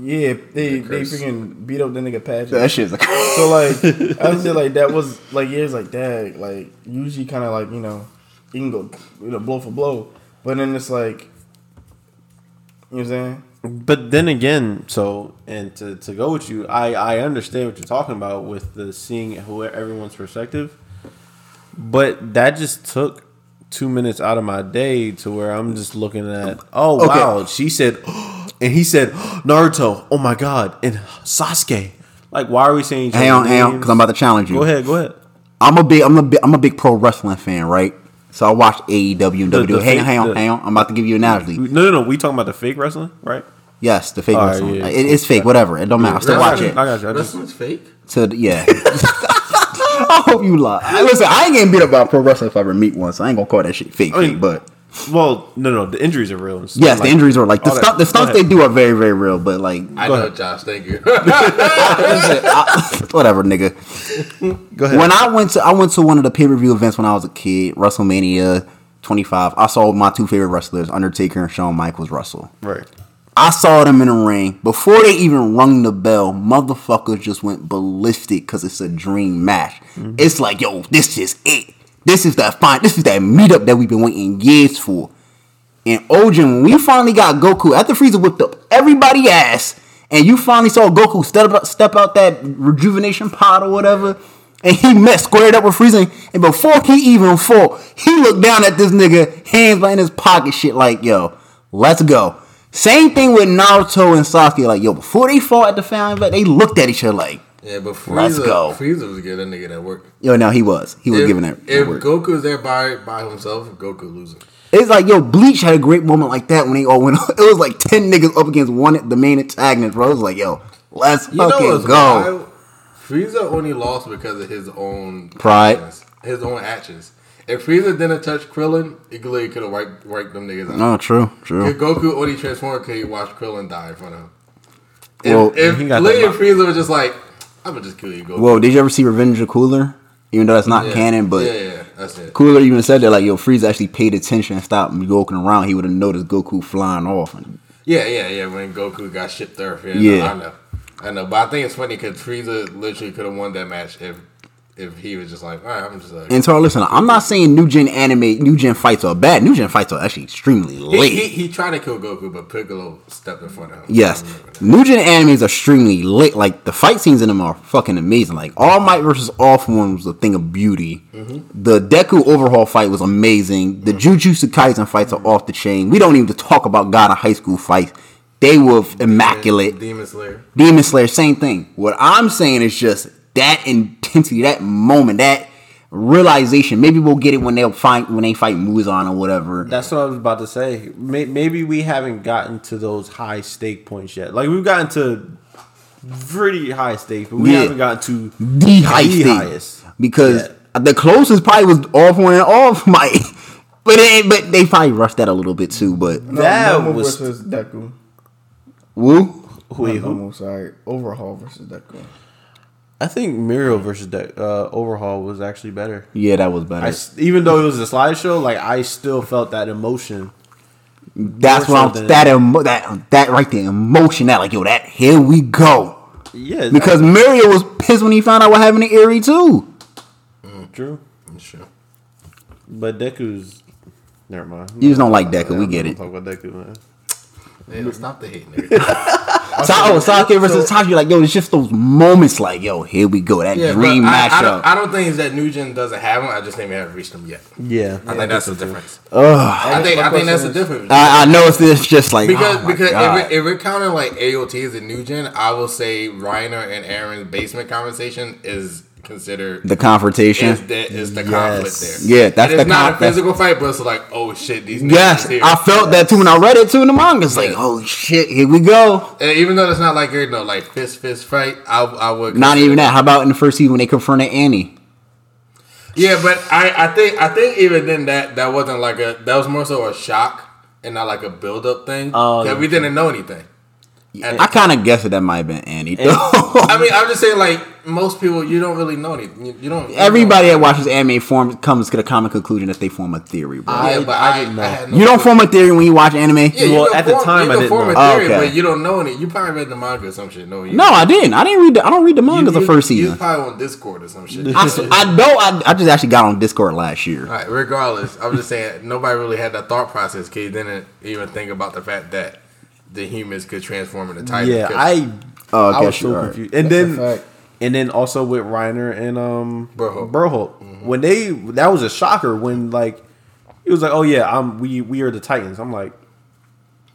Yeah, they they curse. freaking beat up that nigga Patch. that shit's like So like, I would say like that was like years like that. Like usually, kind of like you know, you can go you know blow for blow, but then it's like, you know what I'm saying? But then again, so and to, to go with you, I I understand what you're talking about with the seeing who everyone's perspective, but that just took two minutes out of my day to where I'm just looking at oh Okay. wow she said [GASPS] and he said Naruto oh my god and Sasuke like why are we saying each hang on, other's hang on, names? because I'm about to challenge you. go ahead go ahead I'm a big, I'm a big, I'm a big pro wrestling fan, right? So I watch AEW and The- WWE. the hang on, fake- hang on, the- hang on. I'm about to give you an analogy. no no no we talking about the fake wrestling right Yes, the fake All right, wrestling. yeah. It- it's fake, whatever. It don't matter. I still Yeah. watch I it. got you I just Wrestling's fake. to the, yeah. [LAUGHS] I hope you lie. I- Listen, I ain't getting beat up by a pro wrestler if I ever meet one, so I ain't gonna call that shit fake, I mean- fake, but Well, no, no, the injuries are real. and stuff, Yes, like- the injuries are like the all stuff. that. The stunts Go they ahead. do are very, very real. But like, I go know, ahead. Josh. [LAUGHS] Thank you. I- [LAUGHS] whatever, nigga. Go ahead. When I went to I went to one of the pay per view events when I was a kid, WrestleMania 25. I saw my two favorite wrestlers, Undertaker and Shawn Michaels, wrestle. right. I saw them in the ring before they even rung the bell. Motherfuckers just went ballistic because it's a dream match. Mm-hmm. It's like, yo, this is it. This is that fine. This is that meetup that we've been waiting years for. And Ojin, when we finally got Goku after Frieza whipped up everybody ass, and you finally saw Goku step up, step out that rejuvenation pod or whatever, and he met squared up with Frieza, and before he even fought, he looked down at this nigga, hands in his pocket, shit like, yo, let's go. Same thing with Naruto and Sasuke, like, yo, before they fought at the Fountain Event, they looked at each other like, yeah, but Frieza, Let's go. Frieza was good. That nigga that worked. yo, no, he was, he was If, giving that. that if work. Goku's there by by himself, Goku losing. It's like yo, Bleach had a great moment like that when they all went. [LAUGHS] It was like ten niggas up against one the main antagonist, bro. It was like yo, let's You know fucking what's go. wild? Frieza only lost because of his own Pride. actions, his own actions. If Frieza didn't touch Krillin, he literally could have wiped, wiped them niggas out. No, true, true. If Goku only transformed, could he watch Krillin die in front of him? If, Well, if he got literally that- Frieza was just like, I'm gonna just kill you, Goku. Whoa, did you ever see Revenge of Cooler? Even though that's not Yeah. canon, but yeah, yeah, that's it. Cooler even said that like yo, Frieza actually paid attention and stopped joking around. He would have noticed Goku flying off. Yeah, yeah, yeah. When Goku got shipped there, yeah, Yeah. I know, I know. But I think it's funny because Frieza literally could have won that match if if he was just like, all right, I'm just like. And so listen, I'm not saying new gen anime, new gen fights are bad. New gen fights are actually extremely He, late. he, he tried to kill Goku, but Piccolo stepped in front of him. Yes. I remember that. New Gen animes are extremely lit. Like the fight scenes in them are fucking amazing. Like All Might versus All For One was a thing of beauty. The Deku overhaul fight was amazing. The Jujutsu Kaisen fights are off the chain. We don't even talk about God in high school fights. They were immaculate. Demon Slayer. Demon Slayer, same thing. What I'm saying is just that intensity, that moment, that realization. Maybe we'll get it when they'll find when they fight Muzan or whatever. That's what I was about to say. May- Maybe we haven't gotten to those high stake points yet. Like we've gotten to pretty high stakes, but we Yeah. haven't gotten to the highest thing. highest. Because Yeah. the closest probably was all for and off [LAUGHS] might. But it, but they probably rushed that a little bit too. But No, That Momo was- versus Deku. woo, Wait, Not who? Momo, sorry. Overhaul versus Deku. I think Muriel versus De- uh, Overhaul was actually better. yeah, that was better. I s even though it was a slideshow, like I still felt that emotion. That's more so what I'm than- that emo- that that right there emotion that like yo that here we go Yeah, because Mario was pissed when he found out what happened to Erie too. that's true. Sure. But Deku's never mind. You just don't like Deku, we I'm get not it. gonna Talk about Deku, man. Yeah, stop the hate, [LAUGHS] nigga. Sa- oh, Sasuke versus Tachi, like yo, it's just those moments like yo here we go that yeah, but dream I, I, matchup. don't, I don't think it's that Nugent doesn't have them. I just think we haven't reached them yet. Yeah, I think that's the difference. guess I think my I think question that's the is- difference. I, I know it's, it's just like Because oh my because God. if, it, if we're counting like AOTs and new gen, I will say Reiner and Aaron's basement conversation is considered the confrontation is the, is the conflict there. Yes. Yeah, that's And it's the not con- a physical fight, but it's like oh shit, these niggas Yes, is here. I felt that too when I read it too in the manga. It's like, Yeah. oh shit, here we go. And even though it's not like you know like fist fist fight, I I would Not consider- even that. How about in the first season when they confronted Annie? yeah, but I I think I think even then that that wasn't like a that was more so a shock and not like a build up thing Oh, because we didn't know anything. At I kind of guessed that that might have been Annie. though. [LAUGHS] I mean, I'm just saying, like most people, you don't really know anything. You, you don't. you Everybody that don't- watches anime form comes to the common conclusion that they form a theory, bro. Yeah, I- but I I, didn't know. I had no you don't clue. form a theory when you watch anime. Yeah, you Well, can at the form- time, you I can didn't form a know. Oh, theory, okay. but you don't know it. You probably read the manga or some shit. No, you No, I didn't. I didn't read. The, I don't read the you, manga the you- first you season. probably on Discord or some shit. [LAUGHS] I, s- I know. I, I just actually got on Discord last year. All right, regardless, I'm just saying nobody really had that thought process because didn't even think about the fact that the humans could transform into titans. yeah. 'Cause, I Oh, I okay, was so sure, all right. confused, and That's a then fact. and then also with Reiner and um Berholt. Berholt. Mm-hmm. when they that was a shocker when like it was like oh yeah I'm we we are the Titans. I'm like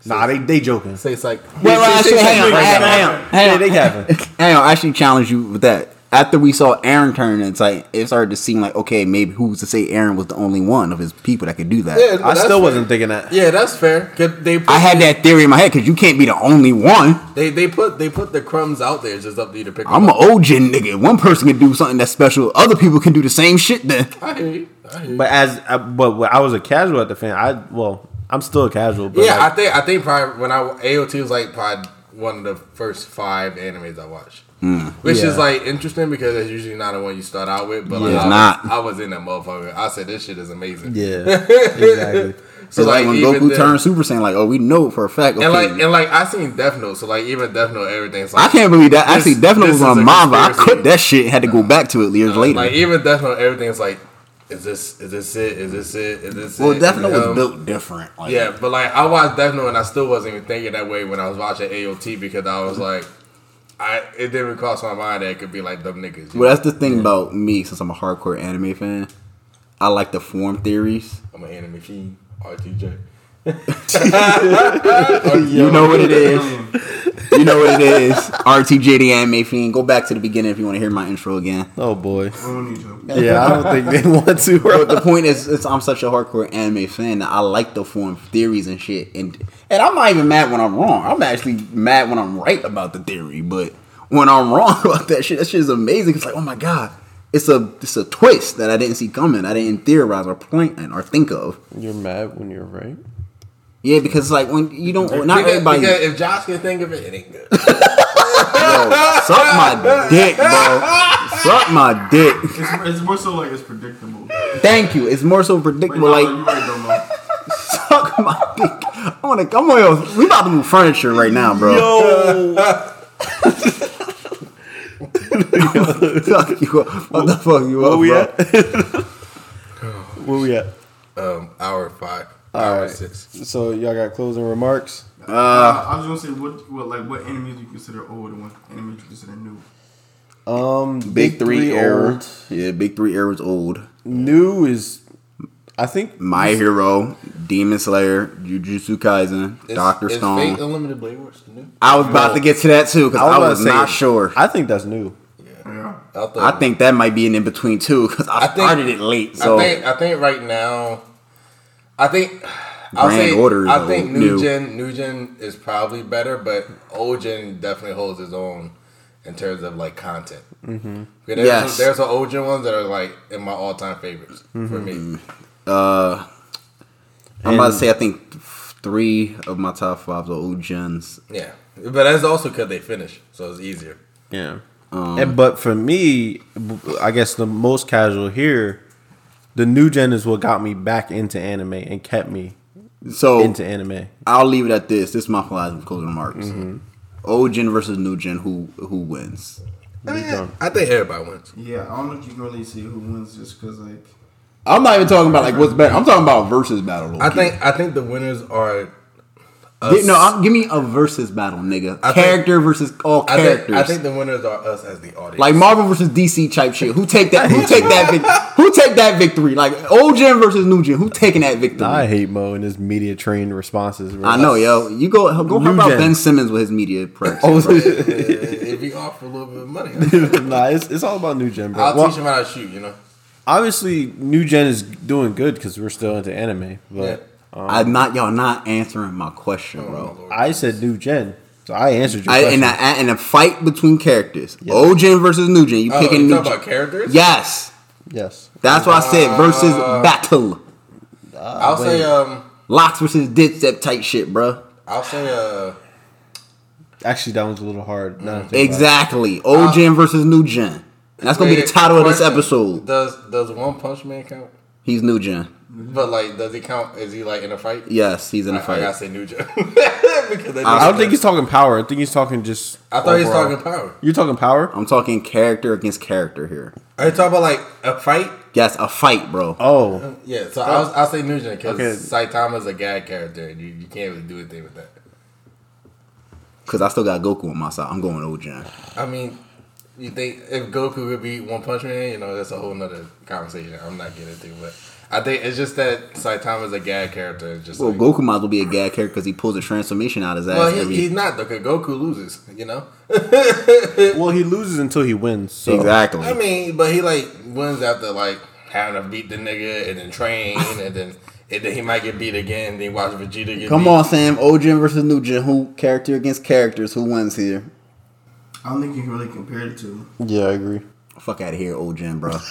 nah they they joking. say it's like Wait, wait, Say- actually, say- say- hang on, say- hang on, hang on, Yeah, hang they on. capping. Hang on, I actually challenge you with that. after we saw Aaron turn into Titan, it started to seem like okay, maybe who's to say Aaron was the only one of his people that could do that. Yeah, I [LAUGHS] that's still fair. wasn't thinking that. Yeah, that's fair. 'Cause They put, I had that theory in my head because you can't be the only one. they they put they put the crumbs out there. It's just up to you to pick. I'm an them up. old gen nigga. One person can do something that's special. Other people can do the same shit. Then I hear you. I hear you. But as I, but when I was a casual at the fan. I well, I'm still a casual. But yeah, like, I think I think probably when I AOT was like probably one of the first five animes I watched, Mm. which Yeah. is like interesting because it's usually not the one you start out with. But like, Yeah, it's I, not. Was, I was in that motherfucker. I said this shit is amazing. yeah, [LAUGHS] exactly. so like, when even Goku then- turned Super Saiyan, like oh, we know for a fact. Okay, and like and like I seen Death Note, so like even Death Note, everything's I like can't believe that. Actually, This- definitely this was is on a Mamba. I conspiracy. cut that shit. Had to go back to it years later. Like even Death Note, everything's like, is this is this it? Is this it? Is this well, it? definitely Um, was built different. Like, Yeah, but like I watched Death Note and I still wasn't even thinking that way when I was watching AOT because I was like, I it didn't cross my mind that it could be like them niggas. Well, that's the thing about me, since I'm a hardcore anime fan. I like the form theories. I'm an anime fiend, RTJ. You know what it is. you know what it is. [LAUGHS] RTJ the anime fiend. Go back to the beginning if you want to hear my intro again. Oh boy. We don't need to. Yeah, I don't [LAUGHS] think they want to. But the point is, is I'm such a hardcore anime fan that I like the form theories and shit. And and I'm not even mad when I'm wrong. I'm actually mad when I'm right about the theory. But when I'm wrong [LAUGHS] about that shit, that shit is amazing. It's like, oh my god, it's a it's a twist that I didn't see coming. I didn't theorize or plan or think of. You're mad when you're right. Yeah, because like when you don't, not because, everybody because if Josh can think of it, it ain't good. Yo, Oh, suck my dick, bro. Suck my dick. It's, it's more so like it's predictable. Thank you. It's more so predictable. Wait, Like no, you right, don't know. suck my dick. I wanna. I'm gonna. We about to move furniture right now, bro. [LAUGHS] Oh, Fuck you up. What the fuck you up, bro? [LAUGHS] Where we at? Um, hour five, hour right. six. So y'all got closing remarks? Uh, I was gonna say what, what like what enemies you consider old and what enemies you consider new. Um, Big, three, era. old. Yeah, big three era is old. New is, I think. My hero, Demon Slayer, Jujutsu Kaisen, Doctor is Stone. Fate Unlimited Blade Wars new? I was about to get to that too because I about was to say- not sure. I think that's new. Yeah. I, thought, I think that might be an in between too because I, I think- started it late. So I think I think right now, I think I'll Grand say Order is I think old- new, new. gen new gen is probably better, but old gen definitely holds its own in terms of like content. Mm-hmm. There's, Yes. there's some old gen ones that are like in my all time favorites for Mm-hmm. me. Uh, I'm about to And- say I think th- three of my top fives are old gens. Yeah, but that's also because they finish, so it's easier. Yeah. Um, and but for me, I guess the most casual here, the new gen is what got me back into anime and kept me So into anime. I'll leave it at this. This is my philosophy of closing remarks. Old gen versus new gen. Who who wins? What are you doing? I think everybody wins. Yeah, I don't know if you can really see who wins just because like I'm not even talking about like what's better. I'm talking about versus battle. I think I think the winners are. Gi- no. I'm, give me a versus battle, nigga. I think- character versus all I think, characters. I think the winners are us as the audience. like Marvel versus DC type shit. Who take that? [LAUGHS] Who take that? Vic- who take that victory? Like old gen versus new gen. Who taking that victory? I hate Mo and his media trained responses. bro. I know, yo. You go go New help out gen. Ben Simmons with his media press. [LAUGHS] Oh, if he offer a little bit [LAUGHS] of money, [LAUGHS] nah, it's, it's all about new gen, bro. I'll Well, teach him how to shoot. You know. obviously, new gen is doing good because we're still into anime. But Uh-huh. I'm not y'all not answering my question, Oh, bro. Lord. I said new gen, so I answered your I, question. and I, and a fight between characters, old gen versus new gen. You Oh, picking you new talking gen? about characters? Yes, yes, that's what I said. Versus battle, I'll say um locks versus dipset type shit, bro. I'll say uh actually, that one's a little hard. now that I think about it. Exactly, old gen versus new gen. And that's gonna be the wait, title of this Uh, question. episode. Does does one punch man count? He's new gen. But like does he count is he like in a fight? Yes, he's Mm-hmm. in the I, I gotta fight. say New Jack. [LAUGHS] because I, I don't think he's talking power. I think he's talking just. I thought he was overall. talking power. You're talking power. I'm talking character against character here. Are you talking about like a fight? Yes, a fight, bro. Oh, Yeah, so I'll, I'll say New Jack because Okay. Saitama's a guy character and you, you can't really do anything with that. Cause I still got Goku on my side. I'm going old gen. I mean You think if Goku could beat One Punch Man, you know that's a whole nother conversation. I'm not getting into, but I think it's just that Saitama's a gag character. and Just Well, like, Goku might as well be a gag character because he pulls a transformation out of his ass. well, he, every- he's not though. 'cause Goku loses, you know. Oh. Well, he loses until he wins. So. exactly. I mean, but he like wins after like having to beat the nigga and then train and then and then he might get beat again. Then watch Vegeta get Come beat. on, Sam. Ojin versus Nugent. Who character against characters? Who wins here? I don't think you can really compare it to. Yeah, I agree. Fuck out of here, Ojin, bro. [LAUGHS]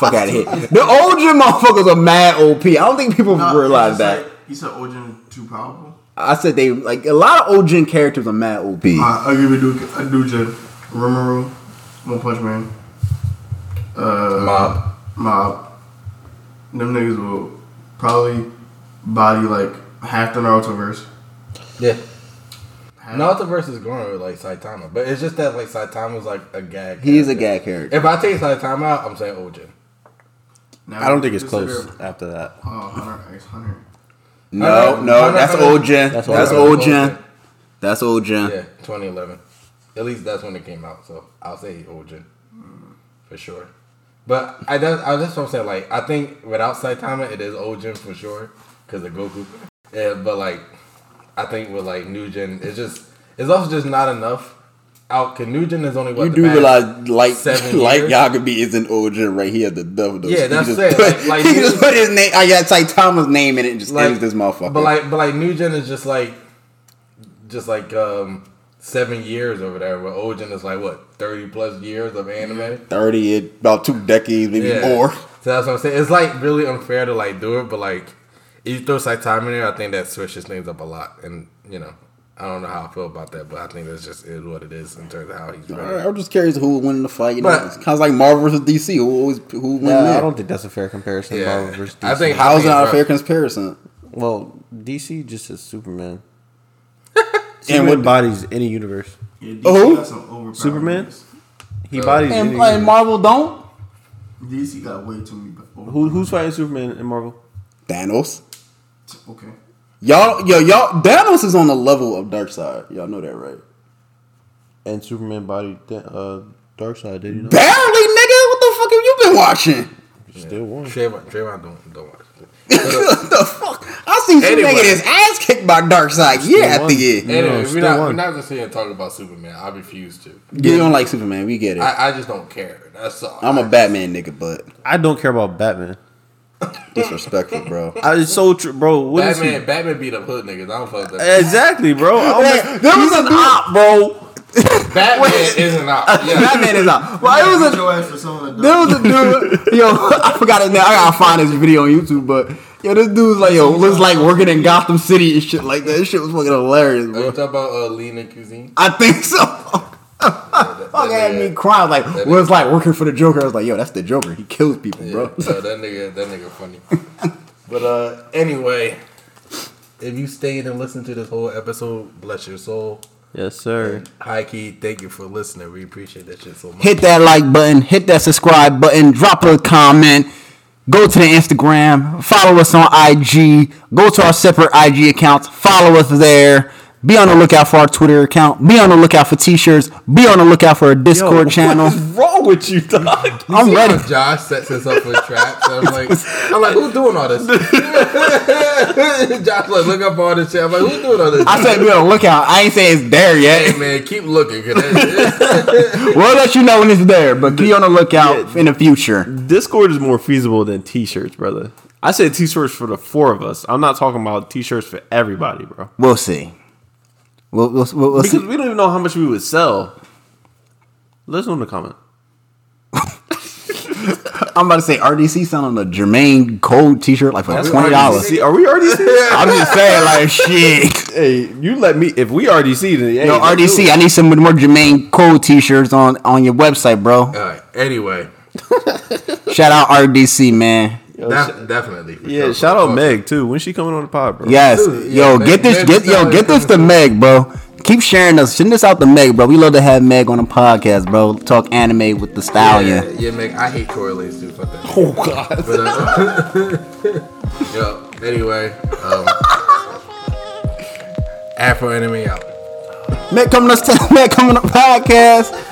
Fuck out of here. The Ojin motherfuckers are mad OP. I don't think people No, realize it's just that. Like, you said Ojin too powerful. I said they like a lot of Ojin characters are mad OP. I, I'll give you Duke, uh, Duja, Rimuru, One Punch Man, uh, Mob. Mob. Them niggas will probably body like half the Naruto verse. Yeah. Half- Naruto versus Goro like Saitama, but it's just that like Saitama's like a gag. He is a character. gag character. If I take Saitama out, I'm saying Ojin. Now, I don't think it's consider, close after that. Oh, Hunter X Hunter. No, no, that's Ojin. That's That's Ojin. That's Ojin. Yeah, 2011. At least that's when it came out, so I'll say Ojin for sure. But I that's, I that's what I'm saying. Like I think without Saitama, it is Ojin for sure because of Goku. Yeah, but like I think with like Nujin, it's just it's also just not enough. Out, cause Nujin is only what You the do past- realize, like, [LAUGHS] seven like years. Yagabi is an Ojin right here at the dub. Yeah, that's he just it. Put, Like- [LAUGHS] like, he you- just put his name. I got Saitama's name in it and just like ends this motherfucker. But like, but like Nugent is just like, just like um seven years over there. Where Ojin is like what thirty plus years of anime. thirty, it- about two decades, maybe Yeah. more. So that's what I'm saying. It's like really unfair to like do it, but like if you throw Saitama in there, I think that switches things up a lot. And you know, I don't know how I feel about that, but I think that's just is what it is in terms of how he's. All running. right, I'm just curious who would win the fight. You know, But- it's kind of like Marvel versus DC. Who always who would win? Nah, I there? don't think that's a fair comparison. Yeah. Marvel versus I DC. think- How is think that not a it's fair rough. comparison? Well, DC just [LAUGHS] is Superman. And Superman what- bodies any universe. Yeah, DC Oh, who? got some overpowered Superman? niggas. He Uh, bodies any And, universe. and Marvel don't. DC got way too many. over- Who, who's fighting Superman in Marvel? Thanos. Okay. Y'all, yo, y'all. Thanos is on the level of Darkseid. Y'all know that, right? And Superman body uh, Dark Side, did you know? Barely, nigga. What the fuck have you been watching? [LAUGHS] Still won. Trayvon, Trayvon, don't don't watch. it. uh, the fuck? I seen some Anyway. nigga his ass kicked by Darkseid year Still after won. year. No, Anyway, we're still not we're won. not just here talking about Superman. I refuse to. You don't like Superman. We get it. I, I, I just don't care. That's all. am a Batman nigga, but I don't care about Batman. disrespectful, bro. I, it's so true, bro. What is Batman, Batman beat up hood niggas. I don't fuck with he? that. [LAUGHS] Exactly, bro. I don't Hey, like- there was he's an op, bro. Batman [LAUGHS] isn't out. Yeah. Batman is out. Well, it was a Put your ass for someone that There does. was a dude, yo, [LAUGHS] I forgot his name. I gotta find this video on YouTube, but yo, this dude's like, yo, was like working in Gotham City and shit like that. This shit was fucking hilarious, Are you bro. talking about uh, Lena Cuisine? I think so. [LAUGHS] Fuck, I had me crying. Like, was like working for the Joker. I was like, yo, that's the Joker. He kills people, Yeah, bro. no, that nigga, that nigga funny. [LAUGHS] but uh, anyway, if you stayed and listened to this whole episode, bless your soul. Yes, sir. Hi, Key. Thank you for listening. We appreciate that shit so much. Hit that like button. Hit that subscribe button. Drop a comment. Go to the Instagram. Follow us on IG. Go to our separate IG accounts. Follow us there. Be on the lookout for our Twitter account. Be on the lookout for t-shirts. Be on the lookout for a [LAUGHS] Discord channel. What's wrong with you, dog? I'm ready. Josh sets us up for traps. I'm like, I'm like, who's doing all this? [LAUGHS] Josh like, look up all this shit. I'm like, who's doing all this? I said be on the lookout. I ain't say it's there hey yet. [LAUGHS] man, keep looking. 'cause that- We'll let you know when it's there, but be on the lookout in the future. Discord is more feasible than t-shirts, brother. I said t-shirts for the four of us. I'm not talking about t-shirts for everybody, bro. We'll see. We'll, we'll, we'll, we'll Because see. we don't even know how much we would sell. Let us know in the comment. I'm about to say RDC selling a Jermaine Code T-shirt like for twenty dollars. See, are we [LAUGHS] RDC? I'm just saying, like [LAUGHS] shit. hey, you let me. If we RDC, then hey, Yo, let's do RDC, it. I need some more Jermaine Code T-shirts on on your website, bro. all right. Anyway, Shout out RDC, man. Yo, def- definitely. for yeah, sure. shout out Fuck. Meg too. When she coming on the pod, bro? Yes, Dude, yo, yeah, get Meg- this, Meg get is yo, always get this to coming Meg, bro. Keep sharing us, send this out to Meg, bro. We love to have Meg on the podcast, bro. Talk anime with the stallion. Yeah, yeah, Meg. I hate correlates too. Fuck that. Oh god. But, uh, [LAUGHS] yo. Anyway, um, Afro enemy out. [LAUGHS] Man coming up, man coming up podcast.